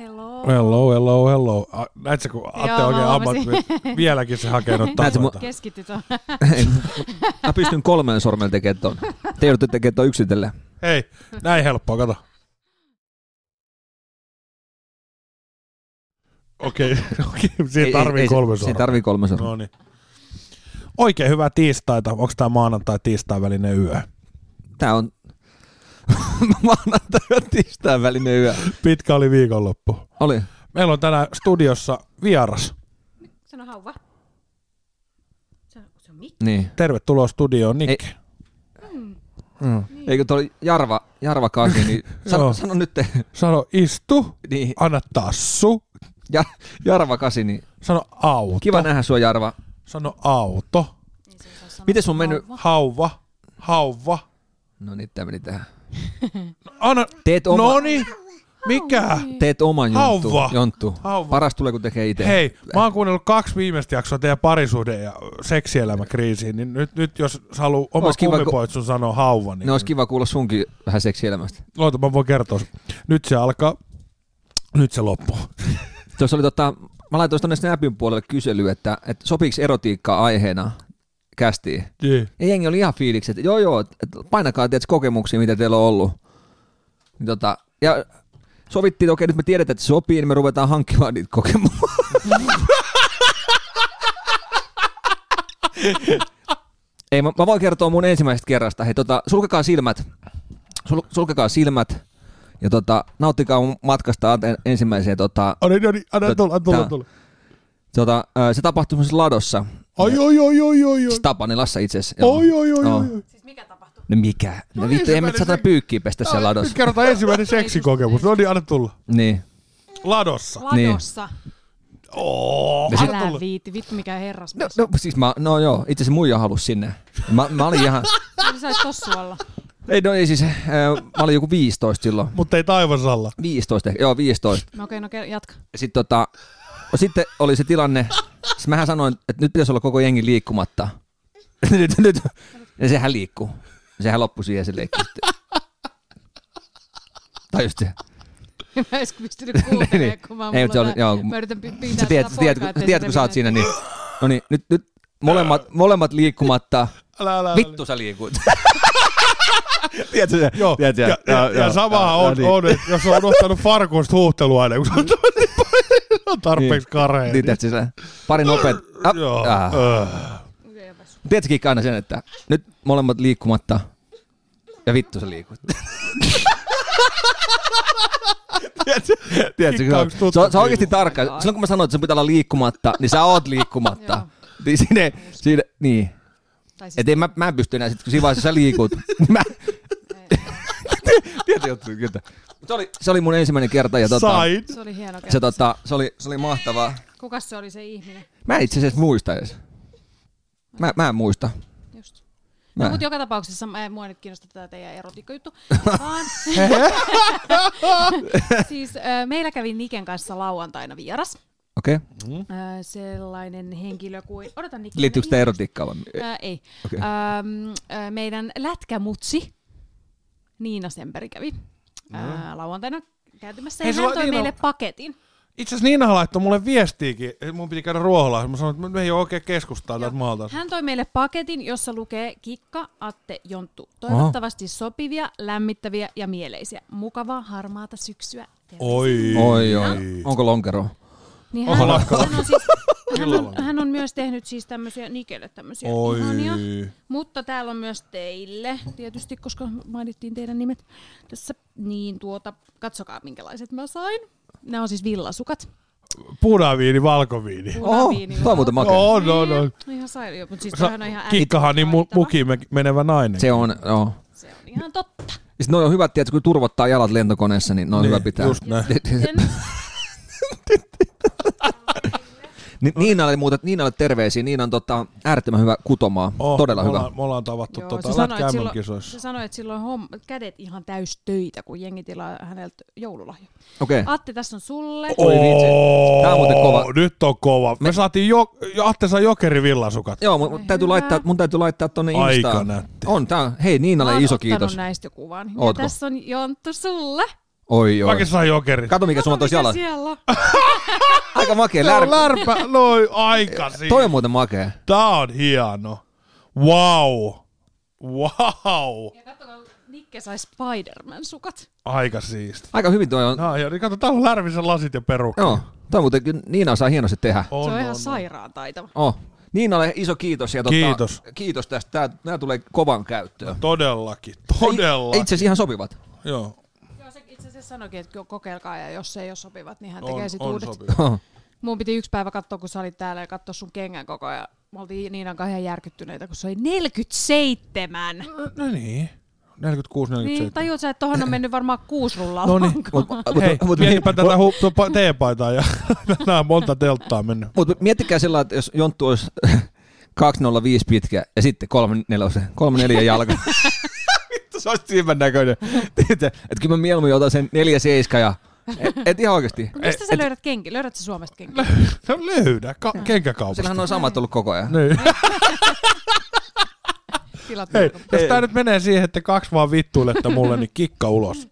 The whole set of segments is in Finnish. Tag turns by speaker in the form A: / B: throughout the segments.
A: Hello, hello, hello. A- Näitkö, kun Atte
B: Joo,
A: oikein
B: mä
A: ammat,
B: huomasin.
A: vieläkin se hakee noita
B: Näet
C: sä mu-
A: tasoita.
B: Keskity tuohon.
C: Mä pystyn kolmeen sormella tekemään ton. Te joudutte tekemään ton yksitellen.
A: Hei, näin helppoa, kato. Okei, okei,
C: Ei-
A: siinä
C: ei-
A: tarvii
C: ei se-
A: kolme
C: Siinä
A: sormea.
C: tarvii kolme sormea.
A: No niin. Oikein hyvää tiistaita. Onko tämä maanantai tiistain välinen yö?
C: Tää on maanantai ja tiistain välinen yö.
A: Pitkä oli viikonloppu.
C: Oli.
A: Meillä on tänään studiossa vieras.
B: Sano hauva. Sano, se on mikki.
C: Niin.
A: Tervetuloa studioon, Nikke.
C: Mm. Eikö toi oli Jarva, Jarva Kaki, niin
A: Joo.
C: sano, sano nyt, te-
A: Sano istu,
C: niin,
A: anna tassu.
C: ja, Jarva Kasi, niin
A: Sano auto.
C: kiva nähdä sua Jarva.
A: Sano auto.
B: Ei se osaa sanoa.
C: Miten sun on mennyt?
B: Hauva.
A: Hauva. Hauva.
C: No niin, tää meni tähän.
A: Anna.
C: Teet, oma,
A: No niin. Mikä?
C: teet oman jonttu.
A: Hauva.
C: jonttu.
A: Hauva.
C: Paras tulee, kun tekee itse.
A: Hei, mä oon kuunnellut kaksi viimeistä jaksoa teidän parisuhde- ja seksielämäkriisiin, niin nyt, nyt jos sä haluat oma
C: Ois kiva, kun- No
A: kummipoitsun sanoa hauva, niin
C: Ne olisi kiva kuulla sunkin vähän seksielämästä.
A: Oota, mä voin kertoa. Nyt se alkaa. Nyt se loppuu.
C: Tuossa oli tota, mä laitoin tuonne Snapin puolelle kysely, että, että sopiiko erotiikkaa aiheena kästiin.
A: Jee.
C: Ja jengi oli ihan fiilikset, että joo joo, et painakaa tiedät, kokemuksia, mitä teillä on ollut. Niin Tota, ja sovittiin, että okei nyt me tiedetään, että se sopii, niin me ruvetaan hankkimaan niitä kokemuksia. Ei, mä, mä, voin kertoa mun ensimmäisestä kerrasta. Hei, tota, sulkekaa silmät. Sul, sulkekaa silmät. Ja tota, nauttikaa mun matkasta Aten- ensimmäiseen. Tota,
A: Anna, anna, anna
C: Tää-
A: tulla, anna tulla,
C: tää-
A: tulla.
C: tota, ö, se tapahtui semmoisessa ladossa.
A: Ai, oi, oi, oi, oi, oi.
C: Siis Tapanilassa itse asiassa. joo.
A: Oi, oi, oi,
C: Joo.
A: oi, oi.
B: Siis mikä tapahtui?
C: No mikä? No,
A: No
C: vittu, ei me
A: ensimmäinen
C: saatana
A: se-
C: pyykkiä pestä siellä
A: No,
C: ladossa.
A: Nyt kerrotaan ensimmäinen seksikokemus. No niin, anna tulla.
C: Niin.
A: Ladossa.
B: Niin. Ladossa.
A: Oh,
B: Niin.
A: anna
B: Älä
A: tulla.
B: viitti. Vittu mikä herras.
C: No, no siis mä, no joo, itse asiassa muija halusi sinne. Mä, mä olin ihan,
B: Sä olit tossu olla.
C: ei no ei siis, äh, mä olin joku 15 silloin.
A: Mutta ei taivasalla.
C: 15 ehkä, joo 15.
B: No okei, no ke- jatka.
C: Sitten tota, no, sitten oli se tilanne, siis mähän sanoin, että nyt pitäisi olla koko jengi liikkumatta. nyt, nyt. Ja sehän liikkuu. Sehän loppui siihen se leikki sitten. Tai just se.
B: Mä en edes pystynyt kuuntelemaan,
C: Niin, niin.
B: kun mä,
C: Ei,
B: mulla
C: mutta se oli-
B: tää-
C: joo, kun-
B: mä yritän pi- pitää
C: Sä tiedät,
B: tätä
C: sä
B: poikaa,
C: tiedät, kun,
B: ettei
C: tiedät,
B: se
C: kun sä oot
B: mene.
C: siinä, niin no niin, nyt, nyt molemmat, molemmat liikkumatta.
A: Älä, älä, älä.
C: Vittu sä liikut. tiedätkö se?
A: Joo,
C: Tiedätkö,
A: ja, ja, ja, ja samahan
C: No
A: on,
C: niin.
A: on, että jos on ottanut farkuista huuhteluaine, niin kun se on se on tarpeeksi kareja.
C: Niin, tiedätkö sä? Pari nopeet. Ah,
A: Joo.
C: ah.
A: Öö.
B: Okei, jopas.
C: Tiedätkö Kikka, aina sen, että nyt molemmat liikkumatta ja vittu sä liikut. Tiedätkö- Tiedätkö,
A: Kikka,
C: se on,
A: onks tuttu
C: se on, se on oikeasti
A: fiilis?
C: tarkka. Silloin kun mä sanoin, että sun pitää olla liikkumatta, niin sä oot liikkumatta.
B: Joo.
C: niin siinä, siinä, niin.
B: Tai siis
C: Et en mä, mä en pysty enää, sit, kun siinä vaiheessa sä liikut. mä... Tiedätkö, jotkut, kyllä. Mut Se oli, se oli mun ensimmäinen kerta ja tota,
A: Sain.
B: se oli hieno kerta.
C: se, tota, se, oli, se oli mahtavaa.
B: Kukas se oli se ihminen?
C: Mä en itse asiassa muista edes. Mä, mä en muista.
B: Just. No,
C: Mä. en.
B: mutta joka tapauksessa mä, mua ei nyt kiinnosta tämä teidän erotiikkajuttu, vaan siis äh, meillä kävi Niken kanssa lauantaina vieras.
C: Okei. Okay.
B: Äh, sellainen henkilö kuin, odotan Niken.
C: Liittyykö tämä erotiikkaan vai?
B: Äh, ei.
C: Okei.
B: Okay. Ähm, äh, meidän lätkämutsi Niina Semperi kävi äh, lauantaina käytymässä
A: No. Hei,
B: ja
A: sulla
B: hän toi
A: Niina-
B: meille paketin.
A: Itse asiassa Niina laittoi mulle viestiikin, että mun piti käydä ruoholaissa. Mä sanoin, että me ei ole oikein keskustaa täältä maalta.
B: Hän toi meille paketin, jossa lukee Kikka, Atte, Jonttu. Toivottavasti sopivia, lämmittäviä ja mieleisiä. Mukavaa harmaata syksyä.
A: Oi.
C: Oi, oi. Onko lonkero?
B: Niin
A: Oho,
B: hän, on,
A: lakkaa.
B: hän, on siis, hän,
A: Illalla.
B: on, hän on myös tehnyt siis tämmöisiä Nikelle tämmöisiä
A: Oi.
B: ihania. Mutta täällä on myös teille, tietysti, koska mainittiin teidän nimet tässä. Niin tuota, katsokaa minkälaiset mä sain. Nämä on siis villasukat.
A: Punaviini, valkoviini.
B: Punaviinilla.
C: Toi on muuten makea.
A: Joo, no, no.
B: Ihan sairaan, mutta siis
A: Sa-
B: tämähän on ihan
A: Kikkahan niin mu-
B: älyttömän
A: mukiin me- menevä nainen.
C: Se on, joo.
B: taitava. Se on ihan totta.
C: Sitten noin on hyvät, tiedätkö, kun turvottaa jalat lentokoneessa, niin ne on
A: Niin,
C: hyvä pitää.
A: just näin.
B: Sen-
C: Ni- Niinalle muuten, Niinalle terveisiä. Niina on tota, äärettömän hyvä kutomaa. Oh, Todella
A: me
C: hyvä.
A: Ollaan, me ollaan tavattu
B: Joo,
A: tota,
B: se sanoi,
A: lätkä
B: että
A: mm
B: silloin,
A: kisoissa.
B: se sanoi, että silloin homm, kädet ihan täys töitä, kun jengi tilaa häneltä joululahja.
C: Okei. Okay.
B: Atte, tässä on sulle.
C: Oi vitsi. niin, Tää on muuten kova.
A: Oh, Nyt on kova. Me saatiin jo, Atte saa jokeri villasukat.
C: Joo, mun täytyy,
B: Hyvä.
C: laittaa, mun täytyy laittaa tonne
A: Aika
C: Instaan.
A: nätti.
C: On, tää on. Hei, Niinalle
B: Mä oon
C: iso
B: ottanut
C: kiitos.
B: näistä jo kuvan. Ja
C: Ootko?
B: tässä on Jonttu sulle.
C: Oi, oi.
A: Mäkin sain jokerit.
C: Kato, mikä sulla on
B: Kato,
C: tuossa jalan.
B: mikä siellä on.
C: Aika makea
A: Tää on
C: lärpä.
A: lärpä, noi aikasi.
C: Toi on muuten makea.
A: Tää on hieno. Wow. Wow.
B: Ja katsokaa, Nikke sai Spider-Man sukat.
A: Aika siisti.
C: Aika hyvin toi on.
A: No, ja niin kato, täällä on Lärvissä lasit ja perukka.
C: Joo. Toi muuten kyllä Niina osaa hienosti tehdä.
B: Se on,
A: On,
B: ihan
A: on,
B: sairaan taitava.
C: Oh. Niinalle iso kiitos. Ja tota,
A: Kiitos.
C: Kiitos tästä. Tää, nää tulee kovan käyttöön.
A: Todellakin, todella.
C: Itse asiassa ihan sopivat.
A: Joo,
B: Joo, se itse asiassa sanoikin, että kokeilkaa ja jos se ei ole sopivat, niin hän
A: on,
B: tekee sit
A: on
B: uudet.
A: sopiva.
C: Oh.
B: Mun piti yksi päivä katsoa, kun sä olit täällä ja katsoa sun kengän koko ajan. Me oltiin Niinan kanssa ihan järkyttyneitä, kun se oli 47.
A: No, no niin, 46,
B: Niin,
A: 47.
B: tajuut sä, että tohon on mennyt varmaan kuusi rullaa
A: No niin.
B: lankaa.
C: Mut, mut,
A: Hei,
C: mut,
A: mietipä tätä hu- tuo pa- teepaitaa ja nää on monta telttaa mennyt.
C: Mutta miettikää sillä lailla, että jos Jonttu olisi 205 pitkä ja sitten 34, 34 jalka. Vittu, se olisi silmän näköinen. Tiedätkö, että kyllä mä mieluummin otan sen 47 ja... Et, E- et ihan oikeasti.
B: Mut Mistä sä
C: Et-
B: löydät kenki? Löydät sä Suomesta kenki?
A: No löydä, ka- kenkäkaupasta.
C: Sillähän on samat ollut koko
B: No,
C: ajan.
A: Niin.
B: Tilat
A: Hei,
B: ulkomailta.
A: jos tää nyt menee siihen, että kaksi vaan vittuilette mulle, niin kikka ulos.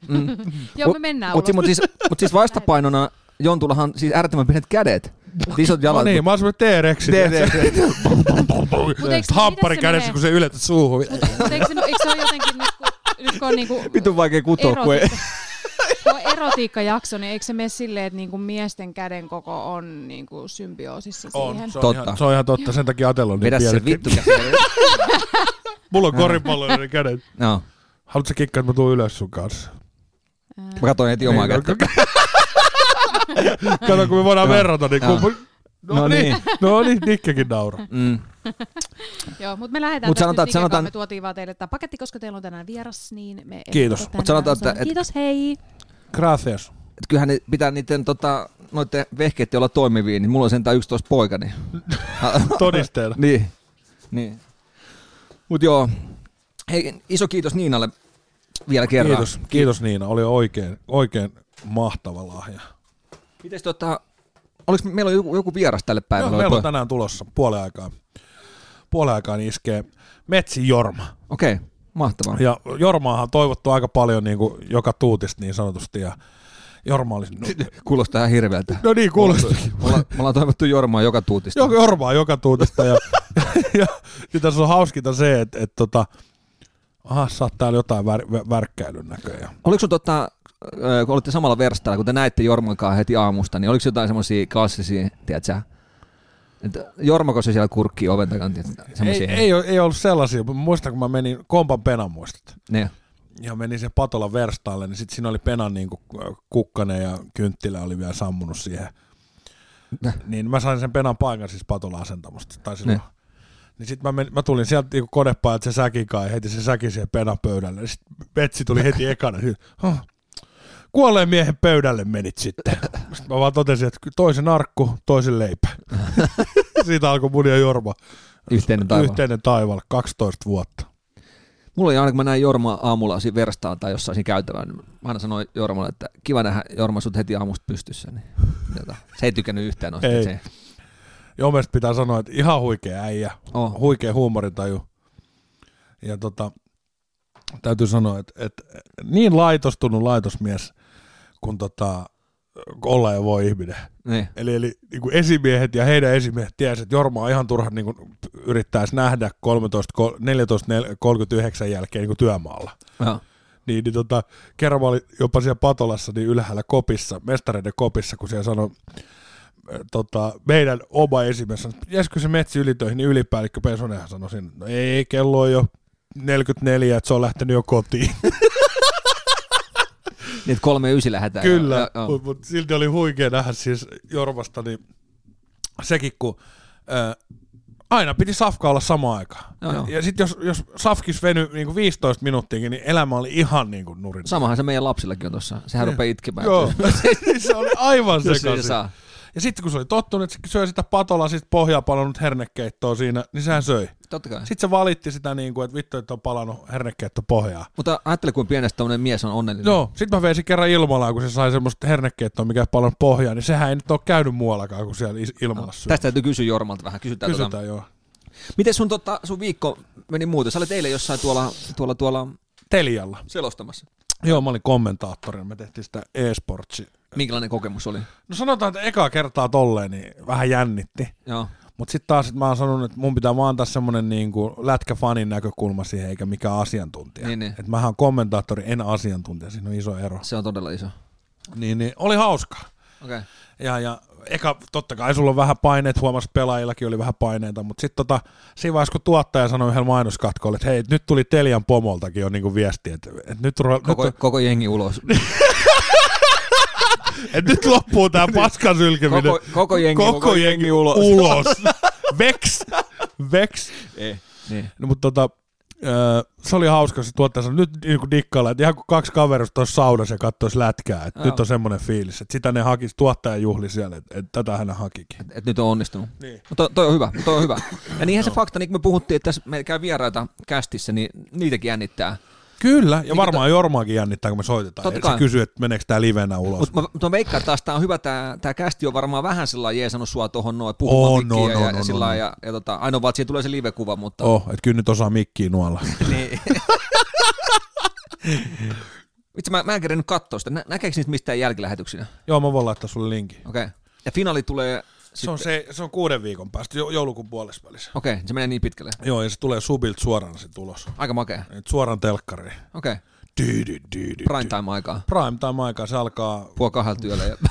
B: Joo, me mennään
C: Mutta
B: ulos.
C: mut siis, mut siis vastapainona Jontullahan siis äärettömän pienet kädet. Siis Isot
A: No
C: jalat.
A: niin, mä oon semmonen T-rexi.
C: Tee, tee, tee.
B: Mut eikö- miten
A: Happari
B: se
A: kädessä,
B: menee?
A: kun se yletät suuhun.
B: Mut eikö, se, eikö se ole jotenkin nyt kun, nyt kun on niinku
C: Vitun vaikea kutoa, kun ei.
B: erotiikka, kun on erotiikkajakso, niin eikö se mene silleen, että niinku miesten käden koko on niinku symbioosissa siihen?
A: On, se on,
C: Totta.
A: ihan, se on ihan totta, sen takia Atel on niin
C: Vedä se
A: pienet.
C: vittu.
A: Mulla on koripalloiden kädet.
C: No,
A: Haluatko sä kikkaa, että mä tuun ylös sun kanssa?
C: mä katsoin heti omaa
A: Niin,
C: kättä.
A: Kato, kun me voidaan
C: Joo.
A: verrata, niin
C: Joo.
A: kun... No
C: No
A: niin,
C: niin.
A: no niin, Nikkekin nauraa.
C: Mm.
B: Joo, mutta me lähdetään
C: Mut
B: tästä nyt
C: sanotaan, että
B: Niken kanssa.
C: sanotaan-
B: me tuotiin vaan teille tämä paketti, koska teillä on tänään vieras, niin me
A: Kiitos.
B: ehdotetaan
C: Mut sanotaan,
B: tänään
C: että-
B: Suomen- Kiitos, hei!
A: Gracias.
C: Et kyllähän ne pitää niiden tota, noiden vehkeiden olla toimivia, niin mulla on sentään 11 poika, niin...
A: Todisteena.
C: niin. niin. Mut joo, hei, iso kiitos Niinalle vielä kerran.
A: Kiitos, kiitos Niina, oli oikein, oikein mahtava lahja.
C: Mites tota, oliks me- meillä on joku, joku vieras tälle
A: Joo,
C: päivälle?
A: meillä on
C: Toi-
A: tänään tulossa puolen aikaa. Puolen aikaan iskee Metsi Jorma.
C: Okei, okay, mahtavaa.
A: Ja Jormaahan on toivottu aika paljon niin kuin joka tuutista niin sanotusti. Ja Jorma olisi... No,
C: Kuulostaa ihan hirveältä.
A: no niin, kuulostakin.
C: Me ollaan, me ollaan toivottu Jormaa joka tuutista.
A: Joka Jormaa joka tuutista. Ja, ja, ja tässä on hauskinta se, että et, tota, aha, sä oot täällä jotain vär, vä- värkkäilyn näköjään.
C: Oliko sun tota, ö, kun olitte samalla verstalla, kun te näitte Jorman kanssa heti aamusta, niin oliko jotain semmoisia klassisia, tiedätkö että Jormako se siellä kurkkii oven takana, tiedätkö,
A: Ei,
C: semmoisia.
A: ei, oo- ei, ollut sellaisia, mutta muistan kun mä menin kompan penan muistat.
C: Ne.
A: ja menin sen Patolan verstaalle, niin sitten siinä oli penan niin kukkane ja kynttilä oli vielä sammunut siihen. Niin mä sain sen penan paikan siis Patolan asentamosta. Tai silloin.
C: Niin.
A: Niin sitten mä, menin, mä, tulin sieltä niin konepajalta se säkin kai, heti se säkin siihen penan pöydälle. Sitten Betsi tuli heti ekana. Sit, "Huh, kuolleen miehen pöydälle menit sitten. Sitten mä vaan totesin, että toisen arkku, toisen leipä. Siitä alkoi mun ja Jorma
C: Yhteinen taiva. Yhteen.
A: yhteinen taivaalla 12 vuotta.
C: Mulla oli aina, kun mä näin Jormaa aamulla siinä verstaalla tai jossain siinä käytävällä, niin mä aina sanoin Jormalle, että kiva nähdä Jorma sut heti aamusta pystyssä. Niin, tota, se ei tykännyt yhtään noista.
A: Ei.
C: Se,
A: Jomesta pitää sanoa, että ihan huikea äijä,
C: oh.
A: huikea huumorintaju. Ja tota, täytyy sanoa, että, että niin laitostunut laitosmies kuin tota, olla ja voi ihminen.
C: niin.
A: Eli, eli niin kuin esimiehet ja heidän esimiehet tiesivät, että Jorma on ihan turha niin kuin, yrittäisi nähdä 13, kol- 14.39 jälkeen niin kuin työmaalla.
C: Joo.
A: Niin, niin tota, kerran mä olin jopa siellä Patolassa niin ylhäällä kopissa, mestareiden kopissa, kun siellä sanoi äh, tota, meidän oma esimies, sanoi, että jäskö se metsi ylitöihin, niin ylipäällikkö Pesonenhan sanoi siinä, no ei, kello on jo 44, että se on lähtenyt jo kotiin.
C: Niin, että kolme ysi lähdetään.
A: Kyllä,
C: Joo, joo.
A: mutta mut silti oli huikea nähdä siis Jormasta, niin sekin kun ää, aina piti safka olla samaan aikaan.
C: Joo, joo.
A: Ja sitten jos, jos safkis venyi niin 15 minuuttiakin, niin elämä oli ihan niin kuin nurin.
C: Samahan se meidän lapsillakin on tuossa. Sehän rupeaa itkemään.
A: Niin. Joo, Siis se oli aivan
C: Jos ei se
A: sekaisin.
C: saa.
A: Ja sitten kun se oli tottunut, että se syö sitä patolla sit pohjaa palannut hernekeittoa siinä, niin sehän söi.
C: Totta kai.
A: Sitten se valitti sitä niin kuin, että vittu, että on palannut hernekeitto pohjaa.
C: Mutta ajattele, kuinka pienestä tämmöinen mies on onnellinen.
A: Joo, sit mä veisin kerran Ilmalaan, kun se sai semmoista hernekeittoa, mikä ei palannut pohjaa, niin sehän ei nyt ole käynyt muuallakaan kuin siellä is- Ilmalassa.
C: No, Tästä täytyy kysyä Jormalta vähän. Kysytään, Kysytään. Tota.
A: Kysytään, joo.
C: Miten sun, tota, sun viikko meni muuten? Sä olet eilen jossain tuolla, tuolla, tuolla
A: Telialla.
C: selostamassa.
A: Joo, mä olin kommentaattorina, me tehtiin sitä e-sportsi.
C: Minkälainen kokemus oli?
A: No sanotaan, että ekaa kertaa tolleen, niin vähän jännitti.
C: Joo.
A: Mutta sitten taas että mä oon sanonut, että mun pitää vaan antaa semmoinen niinku lätkäfanin näkökulma siihen, eikä mikään asiantuntija.
C: Niin, niin.
A: Että mähän oon kommentaattori, en asiantuntija, siinä on iso ero.
C: Se on todella iso.
A: Niin, niin oli hauskaa.
C: Okei. Okay.
A: Ja, ja eka, totta kai sulla on vähän paineet, huomas pelaajillakin oli vähän paineita, mutta sitten tota, siinä vaiheessa kun tuottaja sanoi yhden mainoskatkolle, että hei, nyt tuli Telian pomoltakin jo niinku viesti, että, että nyt, ru-
C: Koko,
A: nyt,
C: koko jengi ulos.
A: että nyt loppuu tämä paskan sylkeminen.
C: Niin. Koko, koko jengi, koko, koko jengi, jengi ulos.
A: ulos. Veks, veks.
C: Ei. Niin.
A: No, mutta tota, öö, se oli hauska, se tuottaja sanoi, nyt niin kuin dikkailla, että ihan kuin kaksi kaverusta olisi saunassa ja katsoisi lätkää, että
C: Joo.
A: nyt on semmoinen fiilis, että sitä ne hakisi, tuottaja juhli siellä, että, että tätä hän hakikin.
C: Et nyt on onnistunut.
A: Niin.
C: No toi, toi on hyvä, toi on hyvä. Ja niinhän se fakta, niin kuin me puhuttiin, että tässä meillä käy vieraita kästissä, niin niitäkin jännittää.
A: Kyllä, ja varmaan Jormaakin jännittää, kun me soitetaan.
C: Totta
A: Totta se
C: kai.
A: kysyy, että meneekö tämä livenä ulos.
C: Mutta mä, mut mä veikkaan, että taas tää on hyvä, tää, tää kästi on varmaan vähän sellainen jeesannut sua tuohon noin puhumaan
A: On,
C: mikkiin
A: on,
C: ja,
A: on,
C: ja,
A: on,
C: ja,
A: on,
C: sillä
A: on.
C: ja, ja tota, ainoa vaan, että siitä tulee se live-kuva, mutta...
A: Oh, että kyllä nyt osaa mikkiä nuolla.
C: Niin. Vitsi, mä, mä en kerennyt katsoa sitä. Nä, näkeekö niitä mistään jälkilähetyksinä?
A: Joo, mä voin laittaa sulle linkin.
C: Okei. Okay. Ja finaali tulee...
A: Se on, se, se on kuuden viikon päästä, jo- joulukuun puolessa välissä.
C: Okei, okay, se menee niin pitkälle.
A: Joo, ja se tulee subilt suoraan se tulos.
C: Aika makea.
A: Et suoraan telkkariin.
C: Okei, okay.
A: Dydy, dydy,
C: prime time aikaa.
A: Prime time aikaa, se alkaa,
C: Puoli kahdelta yöllä. Ja...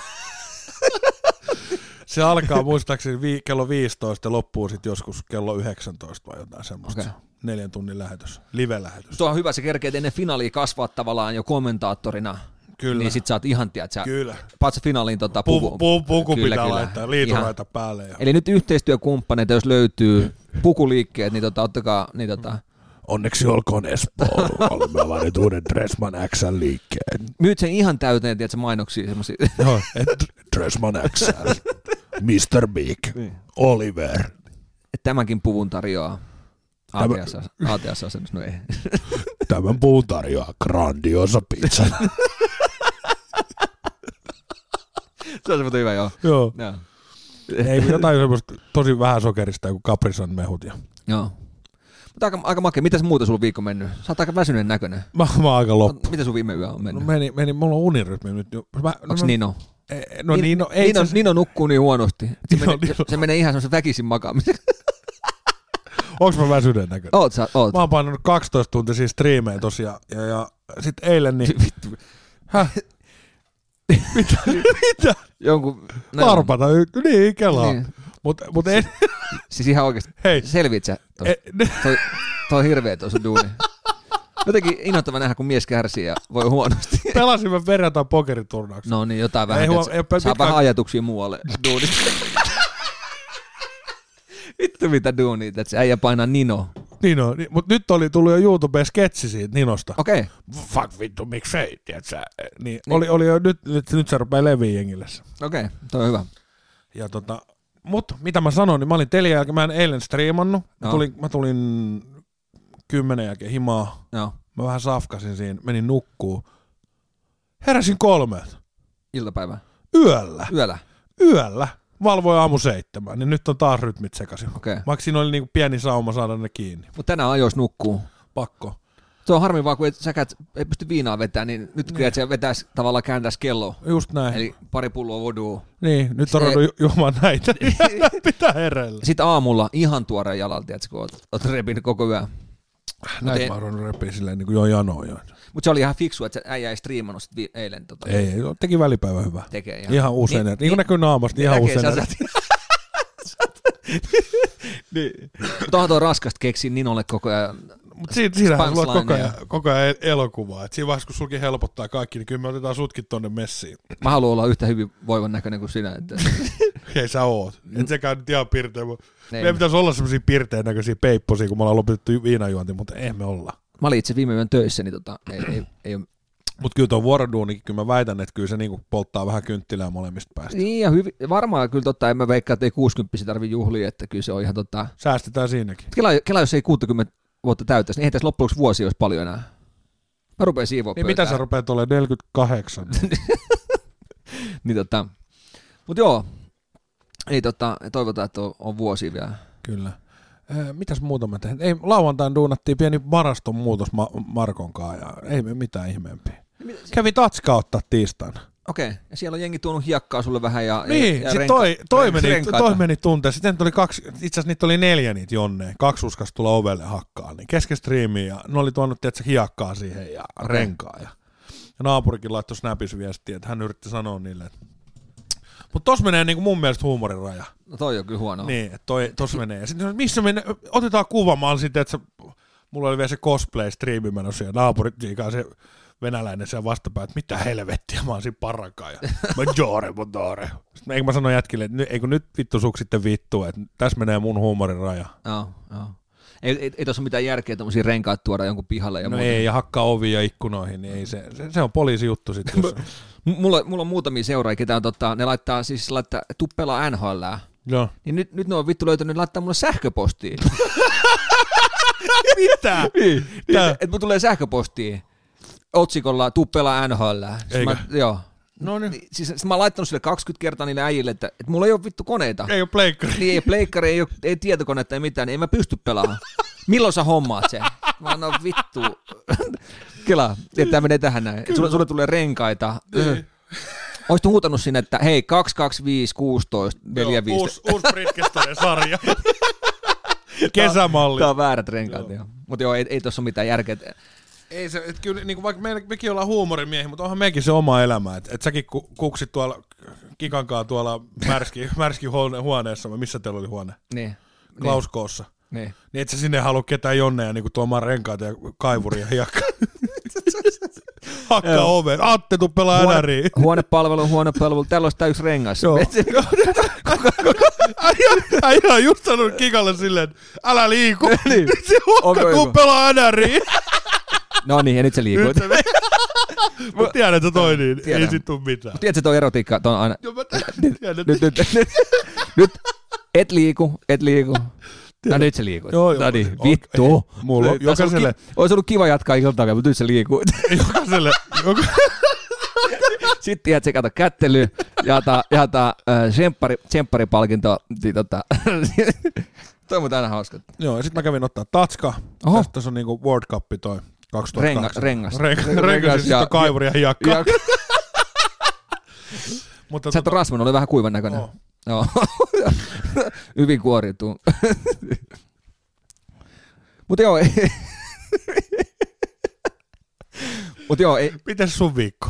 A: se alkaa muistaakseni vi, kello 15 ja loppuu sitten joskus kello 19 vai jotain semmoista.
C: Okei.
A: Okay. Neljän tunnin lähetys, live-lähetys.
C: Tuo on hyvä, se kerkeet ennen finaalia kasvaa tavallaan jo kommentaattorina.
A: Kyllä,
C: Niin sit sä oot ihan, tiedät sä,
A: kyllä.
C: paitsi finaaliin tota
A: Puku,
C: puku.
A: puku, puku
C: Kyllä,
A: pitää
C: kyllä.
A: laittaa, liituraita päälle. Ja...
C: Eli nyt yhteistyökumppaneita, jos löytyy pukuliikkeet, niin tota, ottakaa, niin tota,
A: Mm. Onneksi olkoon Espoo. Olemme avanneet uuden Dressman X liikkeen.
C: myyt sen ihan täyteen, tiedät sä, mainoksia semmosia.
A: Joo, Dressman X. Mr. Big.
C: Niin.
A: Oliver.
C: että tämänkin puvun tarjoaa ATS, ATS-asennus, no ei.
A: Tämän puun tarjoaa grandiosa pizza.
C: se on semmoinen hyvä, joo.
A: Joo.
C: Joo.
A: Ei jotain semmoista tosi vähän sokerista, joku Caprisan mehut. Ja...
C: joo. Mutta aika, aika makea. Mitäs muuta sulla viikko mennyt? Sä oot aika väsyneen näköinen.
A: Mä, mä oon aika loppu.
C: Mitä sun viime yö on
A: No
C: mennyt?
A: meni, meni, mulla on unirytmi nyt. jo. Mä, no,
C: Onks
A: mä-
C: Nino?
A: ei, No niin, no ei.
C: Nino,
A: se-
C: Nino nukkuu niin huonosti. Se,
A: Nino-
C: menee, se,
A: Nino-
C: se menee ihan semmoisen väkisin makaamiseen.
A: Onks mä väsyneen näköinen?
C: Oot sä, oot.
A: Mä oon painanut 12 tuntisia striimejä tosiaan. Ja, ja sit eilen niin...
C: Vittu.
A: Häh? Mitä? Mitä?
C: Jonkun...
A: Varpata. y- Niin, kelaa.
C: No Niin.
A: Mutta mut en,
C: Siis ihan oikeesti.
A: hei,
C: Selviit sä? tosta?
A: e, ne,
C: Toi, toi on hirveä toi sun duuni. Jotenkin innoittava nähdä, kun mies kärsii ja voi huonosti.
A: pelasin mä verrata pokeriturnauksen.
C: No niin, jotain vähän.
A: Ei
C: tiedät
A: huom-
C: sä,
A: ei ole
C: saa
A: pitkään-
C: vähän ajatuksia muualle duunista. Vittu mitä duunia, että se äijä painaa Nino.
A: Niin on, niin, mutta nyt oli tullut jo YouTubeen sketsi siitä Ninosta.
C: Okei, okay,
A: Fuck vittu, miksei, tiedätkö? Niin, niin. Oli, oli jo nyt, nyt, nyt se rupeaa leviä jengille. se.
C: okei, okay, toi on hyvä.
A: Ja tota, mut mitä mä sanoin, niin mä olin telin jälkeen, mä en eilen striimannut. Mä
C: Joo.
A: tulin, mä tulin kymmenen jälkeen himaa.
C: Joo,
A: Mä vähän safkasin siinä, menin nukkuu. Heräsin kolmelta.
C: iltapäivä.
A: Yöllä.
C: Yöllä,
A: Yöllä. Valvoi aamu seitsemän, niin nyt on taas rytmit sekaisin.
C: okei. Okay.
A: Vaikka siinä oli niinku pieni sauma saada ne kiinni.
C: Mutta tänään ajois nukkuu.
A: Pakko.
C: Se on harmi vaan, kun et, säkät, ei pysty viinaa vetämään, niin nyt kyllä että vetäis, tavallaan kääntäis kello.
A: Just näin. Eli,
C: Eli pari pulloa vodua.
A: niin, nyt on
C: Se-
A: ruvennut ju- juomaan näitä. Pitää hereillä.
C: Sitten aamulla ihan tuoreen jalan, tiedätkö, kun oot, oot repinyt koko yön.
A: Näitä
C: ei-
A: mä oon ruvennut repiä silleen niin kuin jo janoon. Jo.
C: Mutta se oli ihan fiksu, että se äijä ei striimannut sit vi- eilen tota,
A: Ei, ei, teki välipäivä hyvä.
C: tekee.
A: Ihan, ihan usein. Niin, niin kuin näkyy naamasta, niin ihan
C: Näkee,
A: usein.
C: sä saat- niin. Mutta onhan tuo raskasta keksiä Ninolle koko ajan.
A: Mutta siinä, siinähän sulla on koko
C: punchlineja.
A: ajan, koko ajan el- elokuvaa. Et siinä vaiheessa, kun sulki helpottaa kaikki, niin kyllä me otetaan sutkin tonne messiin.
C: Mä haluan olla yhtä hyvin voivan näköinen kuin sinä. Että...
A: Hei sä oot. Et sekään nyt ihan pirteä. mu-
C: Ei.
A: Meidän pitäisi olla semmoisia pirteän näköisiä peipposia, kun me ollaan lopetettu viinajuonti, mutta ei me olla.
C: Mä olin itse viime yön töissä, niin tota, ei, ei, ei ole...
A: Mutta kyllä tuo vuoroduunikin, kyllä mä väitän, että kyllä se niinku polttaa vähän kynttilää molemmista päästä.
C: Niin, ja hyvin, varmaan kyllä totta, en mä veikkaa, että ei 60 tarvi juhlia, että kyllä se on ihan tota...
A: Säästetään siinäkin.
C: Mut Kela, Kela jos ei 60 vuotta täyttäisi, niin eihän tässä loppujen lopuksi vuosi olisi paljon enää. Mä rupean siivoa
A: Niin mitä
C: pöytää.
A: sä rupeat olemaan 48?
C: Niin tota, mut joo, ei tota, toivotaan, että on, on vuosi vielä.
A: Kyllä. Ö, Mitäs muuta mä tein? Ei, lauantain duunattiin pieni varaston muutos Ma- Markon kanssa ja ei me mitään ihmeempiä. Kävin tatskaa ottaa tiistaina.
C: Okei, ja siellä on jengi tuonut hiekkaa sulle vähän ja,
A: Niin,
C: ja, ja
A: sit
C: renka-
A: toi, toi,
C: renk-
A: meni,
C: renkaita.
A: toi meni tunteen. Sitten tuli kaksi, itse asiassa niitä oli neljä niitä jonne. Kaksi uskas tulla ovelle hakkaan. Niin kesken striimiin ja ne oli tuonut tietysti hiakkaa siihen ja renkaa. Ja, ja naapurikin laittoi snapissa viestiä, että hän yritti sanoa niille, että mutta tossa menee niinku mun mielestä huumorin raja.
C: No toi on kyllä huono.
A: Niin, että toi, tossa menee. Ja sitten missä mennä, otetaan kuva, mä olin sitten, että se, mulla oli vielä se cosplay-striimi menossa ja naapurit siikaa se venäläinen siellä vastapää, että mitä helvettiä, mä oon siinä parrakaan ja mä jore, mä jore. Sitten eikö mä sano jätkille, että nyt- eikö nyt vittu suk sitten vittu, että tässä menee mun huumorin raja.
C: Joo, joo. Ei, ei, ei tuossa ole mitään järkeä tuommoisia renkaat tuoda jonkun pihalle. Ja
A: No
C: muuta.
A: ei, ja hakkaa ovia ikkunoihin, niin ei se, se, se on poliisijuttu sitten. jos-
C: M- Mulla, mulla on muutamia seuraajia, ketä on totta, ne laittaa siis laittaa tuppelaa NHL.
A: Joo.
C: Niin nyt, nyt ne on vittu löytänyt ne laittaa mulle sähköpostiin.
A: Mitä?
C: niin,
A: Tää-
C: että mun tulee sähköpostiin otsikolla tuppelaa NHL. Siis
A: Eikö?
C: mä, joo.
A: No niin.
C: Niin, Siis, siis mä oon laittanut sille 20 kertaa niille äijille, että, että mulla ei ole vittu koneita.
A: Ei ole pleikkari.
C: Niin ei pleikkari, ei, oo- ei tietokonetta, ei mitään, niin en mä pysty pelaamaan. Milloin sä hommaat sen? Mä oon, no vittu. Kela, että tää menee tähän näin. Et Sulle, sulle tulee renkaita. Niin. Oisit huutanut sinne, että hei, 225, 16, 45.
A: Uusi, uusi sarja. Kesämalli.
C: Tää on väärät renkaat, joo. Mutta joo, ei, ei tossa ole mitään järkeä. Niin,
A: Ei se, et kyllä, niin vaikka me, mekin ollaan huumorimiehiä, mutta onhan mekin se oma elämä. Et, et säkin ku, kuksit tuolla kikankaa tuolla märski, märski huone- huoneessa, vai missä teillä oli huone?
C: Niin,
A: Klauskoossa.
C: niin.
A: Niin et sä sinne halua ketään jonneja niin tuomaan renkaita ja kaivuria hiekkaa. Hakkaa oveen. Atte, tuu pelaa NRiin.
C: huonepalvelu, huonepalvelu, täällä olisi tää yksi rengas.
A: Joo.
C: Et se-
A: Äijä- Äijä on just sanonut kikalle silleen, että älä liiku.
C: Niin.
A: Se
C: Ovi
A: hukka, tuu
C: oiva.
A: pelaa NRiin.
C: No niin, ja nyt se liikkuu.
A: Nyt se meni. Mut tiedän, että toi niin. Ei
C: Tiedän.
A: sit tuu mitään.
C: Tiedätkö, toi erotiikka, toi on aina...
A: Joo, mä tiedän.
C: nyt, nyt, nyt, nyt, et liiku, et liiku. No nyt se liikuu.
A: Joo, joo.
C: no niin,
A: Okei.
C: vittu.
A: Mulla on
C: Tässä ollut
A: jokaiselle-
C: ki- Olisi ollut kiva jatkaa iltaa vielä, mutta nyt se liikuu.
A: Jokaiselle, joka,
C: Sitten tiedät, se kato kättely, jaetaan, jaetaan äh, tsemppari, tsempparipalkinto. Niin, tota, toi on muuten aina hauska.
A: joo, ja sitten mä kävin ottaa tatska.
C: Oho.
A: Oho. Tästä on niinku World Cup toi 2008.
C: Rengas- rengas.
A: Rengas, rengas,
C: Rengas
A: rengas ja,
C: ja-
A: ja kaivuri ja hiakka.
C: Ja,
A: Mutta
C: sä et
A: tota,
C: Rasman oli vähän kuivan näköinen.
A: Oo.
C: Joo. Hyvin kuoriutuu. Mutta joo, ei. Mutta joo, ei,
A: miten sun viikko?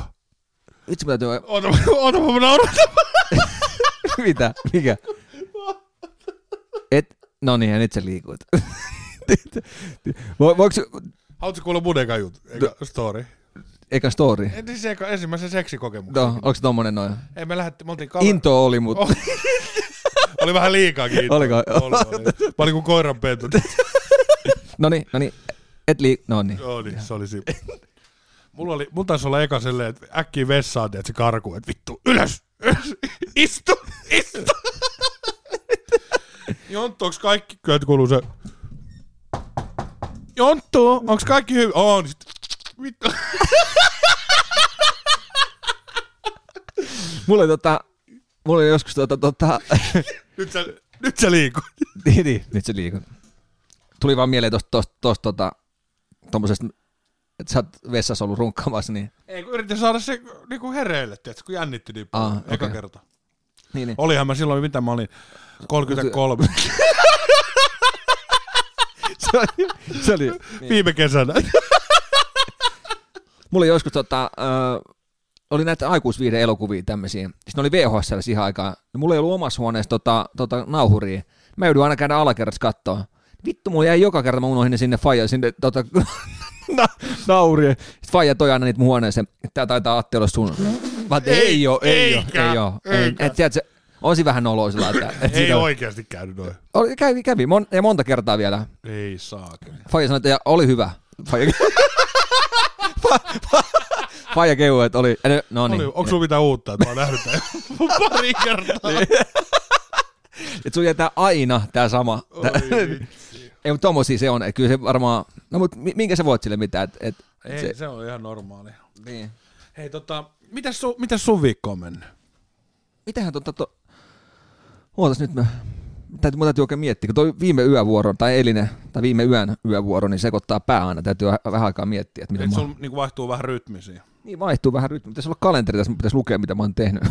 C: vitsi mä täytyy
A: Oota, oota, mä naurata.
C: Mitä? Mikä? Et, no niin, ja nyt sä liikut. Vo, voiko,
A: Haluatko kuulla mun eka jut, eka
C: No.
A: story?
C: eikä story.
A: En, siis eka, ensimmäisen seksikokemuksen.
C: No, onko se tommonen noin?
A: Ei, me lähdettiin, me oltiin kaveri.
C: Into oli, mutta
A: Oh. Oli vähän liikaa kiinni.
C: Oliko?
A: Oli, oli. Mä olin kuin koiran pentu.
C: no niin, no niin. Et liik, no niin.
A: Joo, niin, se oli siinä. Mulla, oli, mulla taisi olla eka silleen, että äkkiä vessaan, että se karku, että vittu, ylös, ylös, istu, istu. Jonttu, onks kaikki, kyllä kuuluu se, Jonttu, onks kaikki hyvin? On, sit, vittu.
C: Mulla oli tota, mulla oli joskus tota, tota,
A: Nyt sä, nyt sä liikut.
C: niin, niin, nyt se liikut. Tuli vaan mieleen tosta, tosta, tosta tota, tommosesta, että sä oot vessassa ollut runkkaamassa, niin,
A: Ei, kun yritin saada se niinku hereille, tiedätkö, kun jännitti niin paljon,
C: Ah,
A: eka
C: okei.
A: kerta.
C: niin, niin.
A: Olihan mä silloin, mitä mä olin, 33,
C: Se oli, se oli,
A: Niin. viime kesänä.
C: Mulla oli joskus tota, äh, oli näitä aikuisviiden elokuvia tämmöisiä. Sitten ne oli VHS siihen aikaan. Ja mulla ei ollut omassa huoneessa tota, tota nauhuria. Mä joudun aina käydä alakerrassa kattoon. Vittu, mulla jäi joka kerta, mä unohdin ne sinne faija, sinne tota, na, naurien. Sitten faija toi aina niitä mun huoneeseen. Tää taitaa Atte olla sun. Mä ajattelin,
A: Ei,
C: ei, oo, ei, oo,
A: eikä,
C: ei, oo, ei,
A: eikä.
C: Et, tiedätkö, on siinä vähän noloisella. Että, et
A: Ei
C: siitä-
A: oikeasti käynyt noin.
C: Oli, kävi, kävi mon, ja monta kertaa vielä.
A: Ei saakeli.
C: Faija sanoi, että ja oli hyvä. Faija, Fa- fa- Faija kehui, että oli. Ja ne- No niin.
A: Oli, onko sulla mitään uutta, että mä oon nähnyt Niin. tämän pari kertaa?
C: Että sun jätää aina tää sama. Tää-
A: Oi vitsi.
C: Ei, mutta tommosia se on. Että kyllä se varmaan... No mut mi- minkä sä voit sille mitään? Et, et,
A: Ei, se on ihan normaali.
C: niin.
A: Hei tota, mitäs, su, mitäs sun viikko on mennyt?
C: Mitähän tota... To... Ootas nyt mä... Täytyy, mun täytyy oikein miettiä, kun toi viime yövuoro, tai eilinen, tai viime yön yövuoro, niin sekoittaa pää aina. Täytyy vähän aikaa miettiä, että
A: Et
C: miten mä...
A: sun niinku vaihtuu vähän rytmisiä.
C: Niin vaihtuu vähän rytmi. Pitäisi olla kalenteri tässä, mun pitäisi lukea mitä mä oon tehnyt.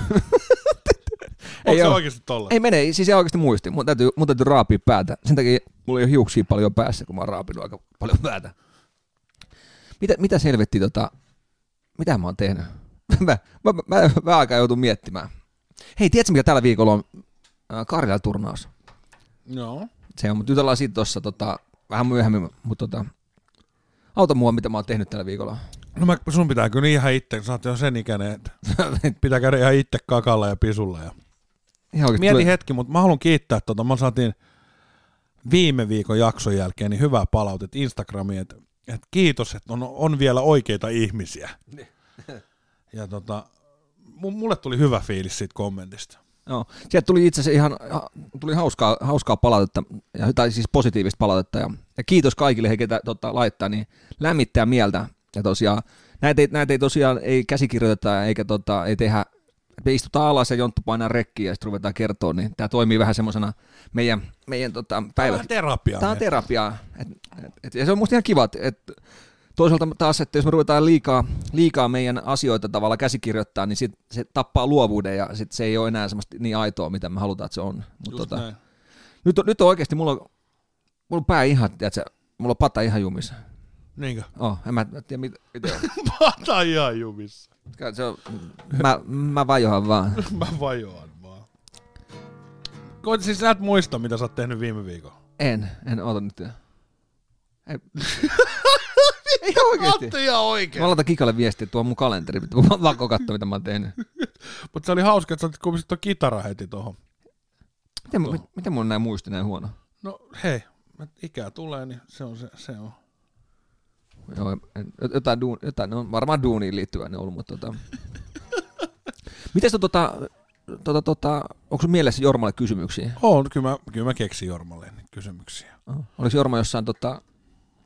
A: Onko se
C: oo.
A: oikeasti tolle?
C: Ei mene, siis ei oikeasti muisti. Mun täytyy, mun täytyy raapia päätä. Sen takia mulla ei ole hiuksia paljon päässä, kun mä oon raapinut aika paljon päätä. Mitä, mitä selvetti tota, mitä mä oon tehnyt? mä, mä, mä, mä, mä aikaa joutun miettimään. Hei, tiedätkö mikä tällä viikolla on? Äh, Karjalan turnaus.
A: Joo.
C: Se on, mutta jutellaan siitä tossa tota, vähän myöhemmin, mutta tota, auta mua, mitä mä oon tehnyt tällä viikolla.
A: No mä, sun pitää kyllä ihan itse, kun sä oot jo sen ikäinen, että pitää käydä ihan itse kakalla ja pisulla. Ja.
C: Ihan oikeesti
A: Mieti
C: tulee-
A: hetki, mutta mä haluan kiittää, tota, mä saatiin viime viikon jakson jälkeen niin hyvää palautet Instagramiin, että, että kiitos, että on, on vielä oikeita ihmisiä.
C: Niin.
A: ja tota, mu- mulle tuli hyvä fiilis siitä kommentista.
C: Joo. Sieltä tuli itse asiassa ihan ha- tuli hauskaa, hauskaa palautetta, ja, tai siis positiivista palautetta. Ja, ja kiitos kaikille, he ketä tota, laittaa, niin lämmittää mieltä. Ja tosiaan, näitä ei, näitä ei tosiaan ei käsikirjoiteta eikä tota, ei tehdä, me istutaan alas ja Jonttu painaa rekkiä ja sitten ruvetaan kertoa, niin tämä toimii vähän semmoisena meidän, meidän tota,
A: Tämä on
C: päivä,
A: vähän terapiaa.
C: Tämä on
A: miettiä.
C: terapiaa. Et, et, et, ja se on musta ihan kiva, että et, toisaalta taas, että jos me ruvetaan liikaa, liikaa meidän asioita tavalla käsikirjoittaa, niin sit, se tappaa luovuuden ja sit se ei ole enää semmoista niin aitoa, mitä me halutaan, että se on. Mut,
A: Just
C: tota,
A: näin.
C: nyt, on- nyt on oikeasti, mulla on, mulla on pää ihan, tiedätkö, mulla on pata ihan jumissa.
A: Niinkö?
C: Oh, en mä, mä tiedä, mit, miten on.
A: Pata ihan jumissa.
C: Kai se on. Mä, mä vajohan vaan.
A: Mä vajoan vaan. Koit, siis sä et muista, mitä sä oot tehnyt viime viikolla.
C: En, en, oota nyt. Ei, ei oikeasti.
A: Oot ihan oikein.
C: Mä laitan Kikalle viestiä, että tuo on mun kalenteri, pitää vaan pakko katsoa, mitä mä oon tehnyt.
A: Mutta se oli hauska, että sä otit kuitenkin tuon kitara heti tuohon.
C: Miten, mu- miten mun näin muisti näin huono?
A: No hei, mä- ikää tulee, niin se on se, se on.
C: Joo, en- jotain, duun, jotain, ne on varmaan duuniin liittyvä ne ollut, mutta tota. Mites to, tota, tota, tota, onko sun mielessä Jormalle kysymyksiä?
A: On, kyllä mä, kyllä mä keksin Jormalle niitä kysymyksiä.
C: Oliko Jorma jossain tota,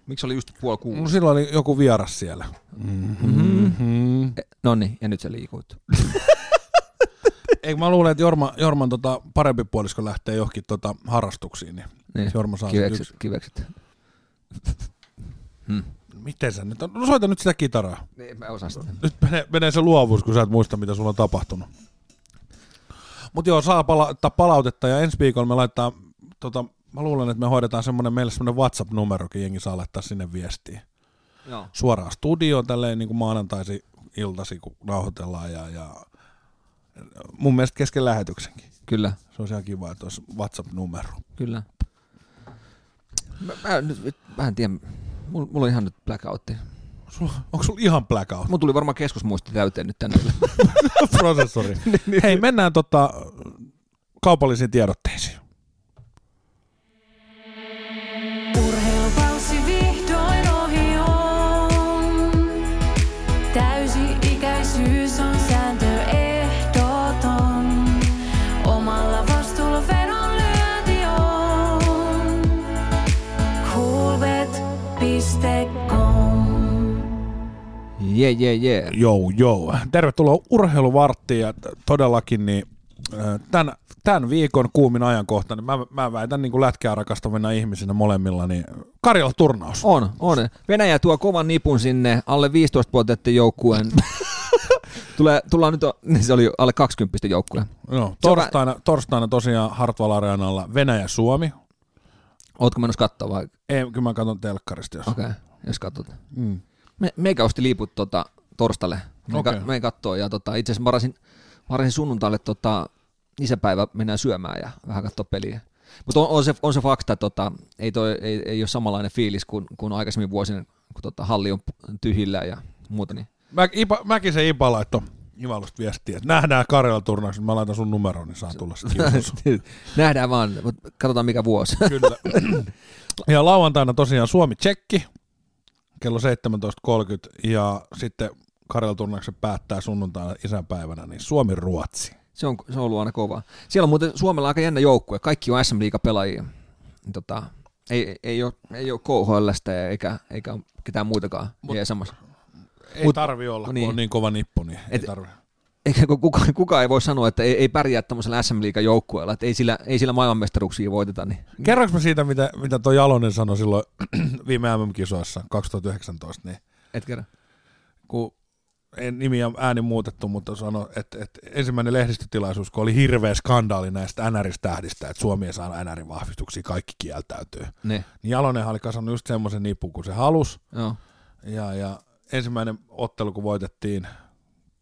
C: miksi se oli just puoli kuusi?
A: No silloin oli joku vieras siellä. Mm-hmm.
C: No niin, ja nyt se liikuit.
A: Eikö mä luulen, että Jorma, Jorman tota parempi puolisko lähtee johonkin tota harrastuksiin, niin,
C: Niin,
A: Jorma saa sen
C: kivekset,
A: yksi.
C: kivekset. Hmm.
A: Miten sä nyt, on? no soita nyt sitä kitaraa.
C: Niin, mä osaan sitä.
A: Nyt menee, menee se luovuus, kun sä et muista, mitä sulla on tapahtunut. Mutta joo, saa palauttaa palautetta ja ensi viikolla me laittaa, tota, mä luulen, että me hoidetaan semmoinen, meillä semmoinen WhatsApp-numerokin, jengi saa laittaa sinne viestiä.
C: Joo.
A: suoraan studioon tälleen niin kuin maanantaisi iltasi, kun nauhoitellaan ja, ja mun mielestä kesken lähetyksenkin.
C: Kyllä,
A: Se on ihan kiva, että olisi WhatsApp-numero.
C: kyllä. Mä, mä, nyt, nyt, mä en tiedä, mulla, mulla on ihan nyt blackoutti.
A: Sulla, onko sulla ihan blackout
C: Mun tuli varmaan keskusmuisti täyteen nyt tänne.
A: prosessori? Niin, Hei, mennään tota, kaupallisiin tiedotteisiin.
D: Urheilukausi vihdoin ohi on. Täysi-ikäisyys on sääntö ehdoton. Omalla vastuulla vedonlyönti on. Coolbet.com
C: Jee, jee, jee.
A: Joo, joo. Tervetuloa urheiluvarttiin ja t- todellakin niin, tämän, tämän viikon kuumin ajankohta, niin mä, mä väitän niin kuin lätkää rakastavina ihmisinä molemmilla, niin Karjala turnaus.
C: On, on. Venäjä tuo kovan nipun sinne alle 15-vuotiaiden joukkueen. Tulee, tullaan nyt, o- niin se oli alle 20 joukkue.
A: Joo,
C: Se on vä-
A: torstaina, torstaina tosiaan Hartwall Areenalla Venäjä-Suomi.
C: Ootko menossa katsoa vai?
A: Ei, kyllä mä katson telkkarista. Jos.
C: Okei, okay, jos katsot.
A: Mm.
C: Me, meikä osti liiput tota, torstalle. Me, okay.
A: Okei.
C: me katsoa ja tota, itse asiassa varasin, varasin sunnuntaille tota, isäpäivä mennään syömään ja vähän katsoa peliä. Mutta on, on, se, on se fakta, että tota, ei, toi, ei, ei ole samanlainen fiilis kuin, kuin aikaisemmin vuosina, kun tota, halli on pu- tyhjillä ja muuta. Niin.
A: Mä, Ipa, mäkin se Ipa laittoi Ivalosta viestiä, että nähdään Karjalan turnauksen, mä laitan sun numeron, niin saa tulla sitten kiusattua.
C: Nähdään vaan, mut katsotaan mikä vuosi.
A: Kyllä. Ja lauantaina tosiaan Suomi-Tsekki kello 17.30 ja sitten Karjalan turnauksen päättää sunnuntaina isänpäivänä, niin Suomi-Ruotsi.
C: Se on, se on ollut aina kova. Siellä on muuten Suomella aika jännä joukkue. Kaikki on SM pelaajia. Tota, ei, ei, ole, ei ole KHLstä eikä, eikä ole ketään muitakaan. Mut, ei samassa.
A: Ei
C: Mut-
A: tarvi olla, kun
C: niin.
A: on niin kova nippu, niin
C: Et-
A: ei tarvi.
C: Eikä ku- kuka, kuka ei voi sanoa, että ei, ei pärjää tämmöisellä SM joukkueella, että ei sillä, ei sillä maailmanmestaruuksia voiteta. Niin.
A: Kerroks mä siitä, mitä, mitä toi Jalonen sanoi silloin viime MM-kisoissa 2019, niin
C: Et kerran.
A: kun en nimi ja ääni muutettu, mutta sanoi, että, että ensimmäinen lehdistötilaisuus, kun oli hirveä skandaali näistä NR-tähdistä, että Suomi ei saa NRin vahvistuksia, kaikki kieltäytyy.
C: Ne.
A: Niin Jalonenhan oli kasannut just semmoisen nipun, kun se halusi.
C: Joo.
A: Ja, ja ensimmäinen ottelu, kun voitettiin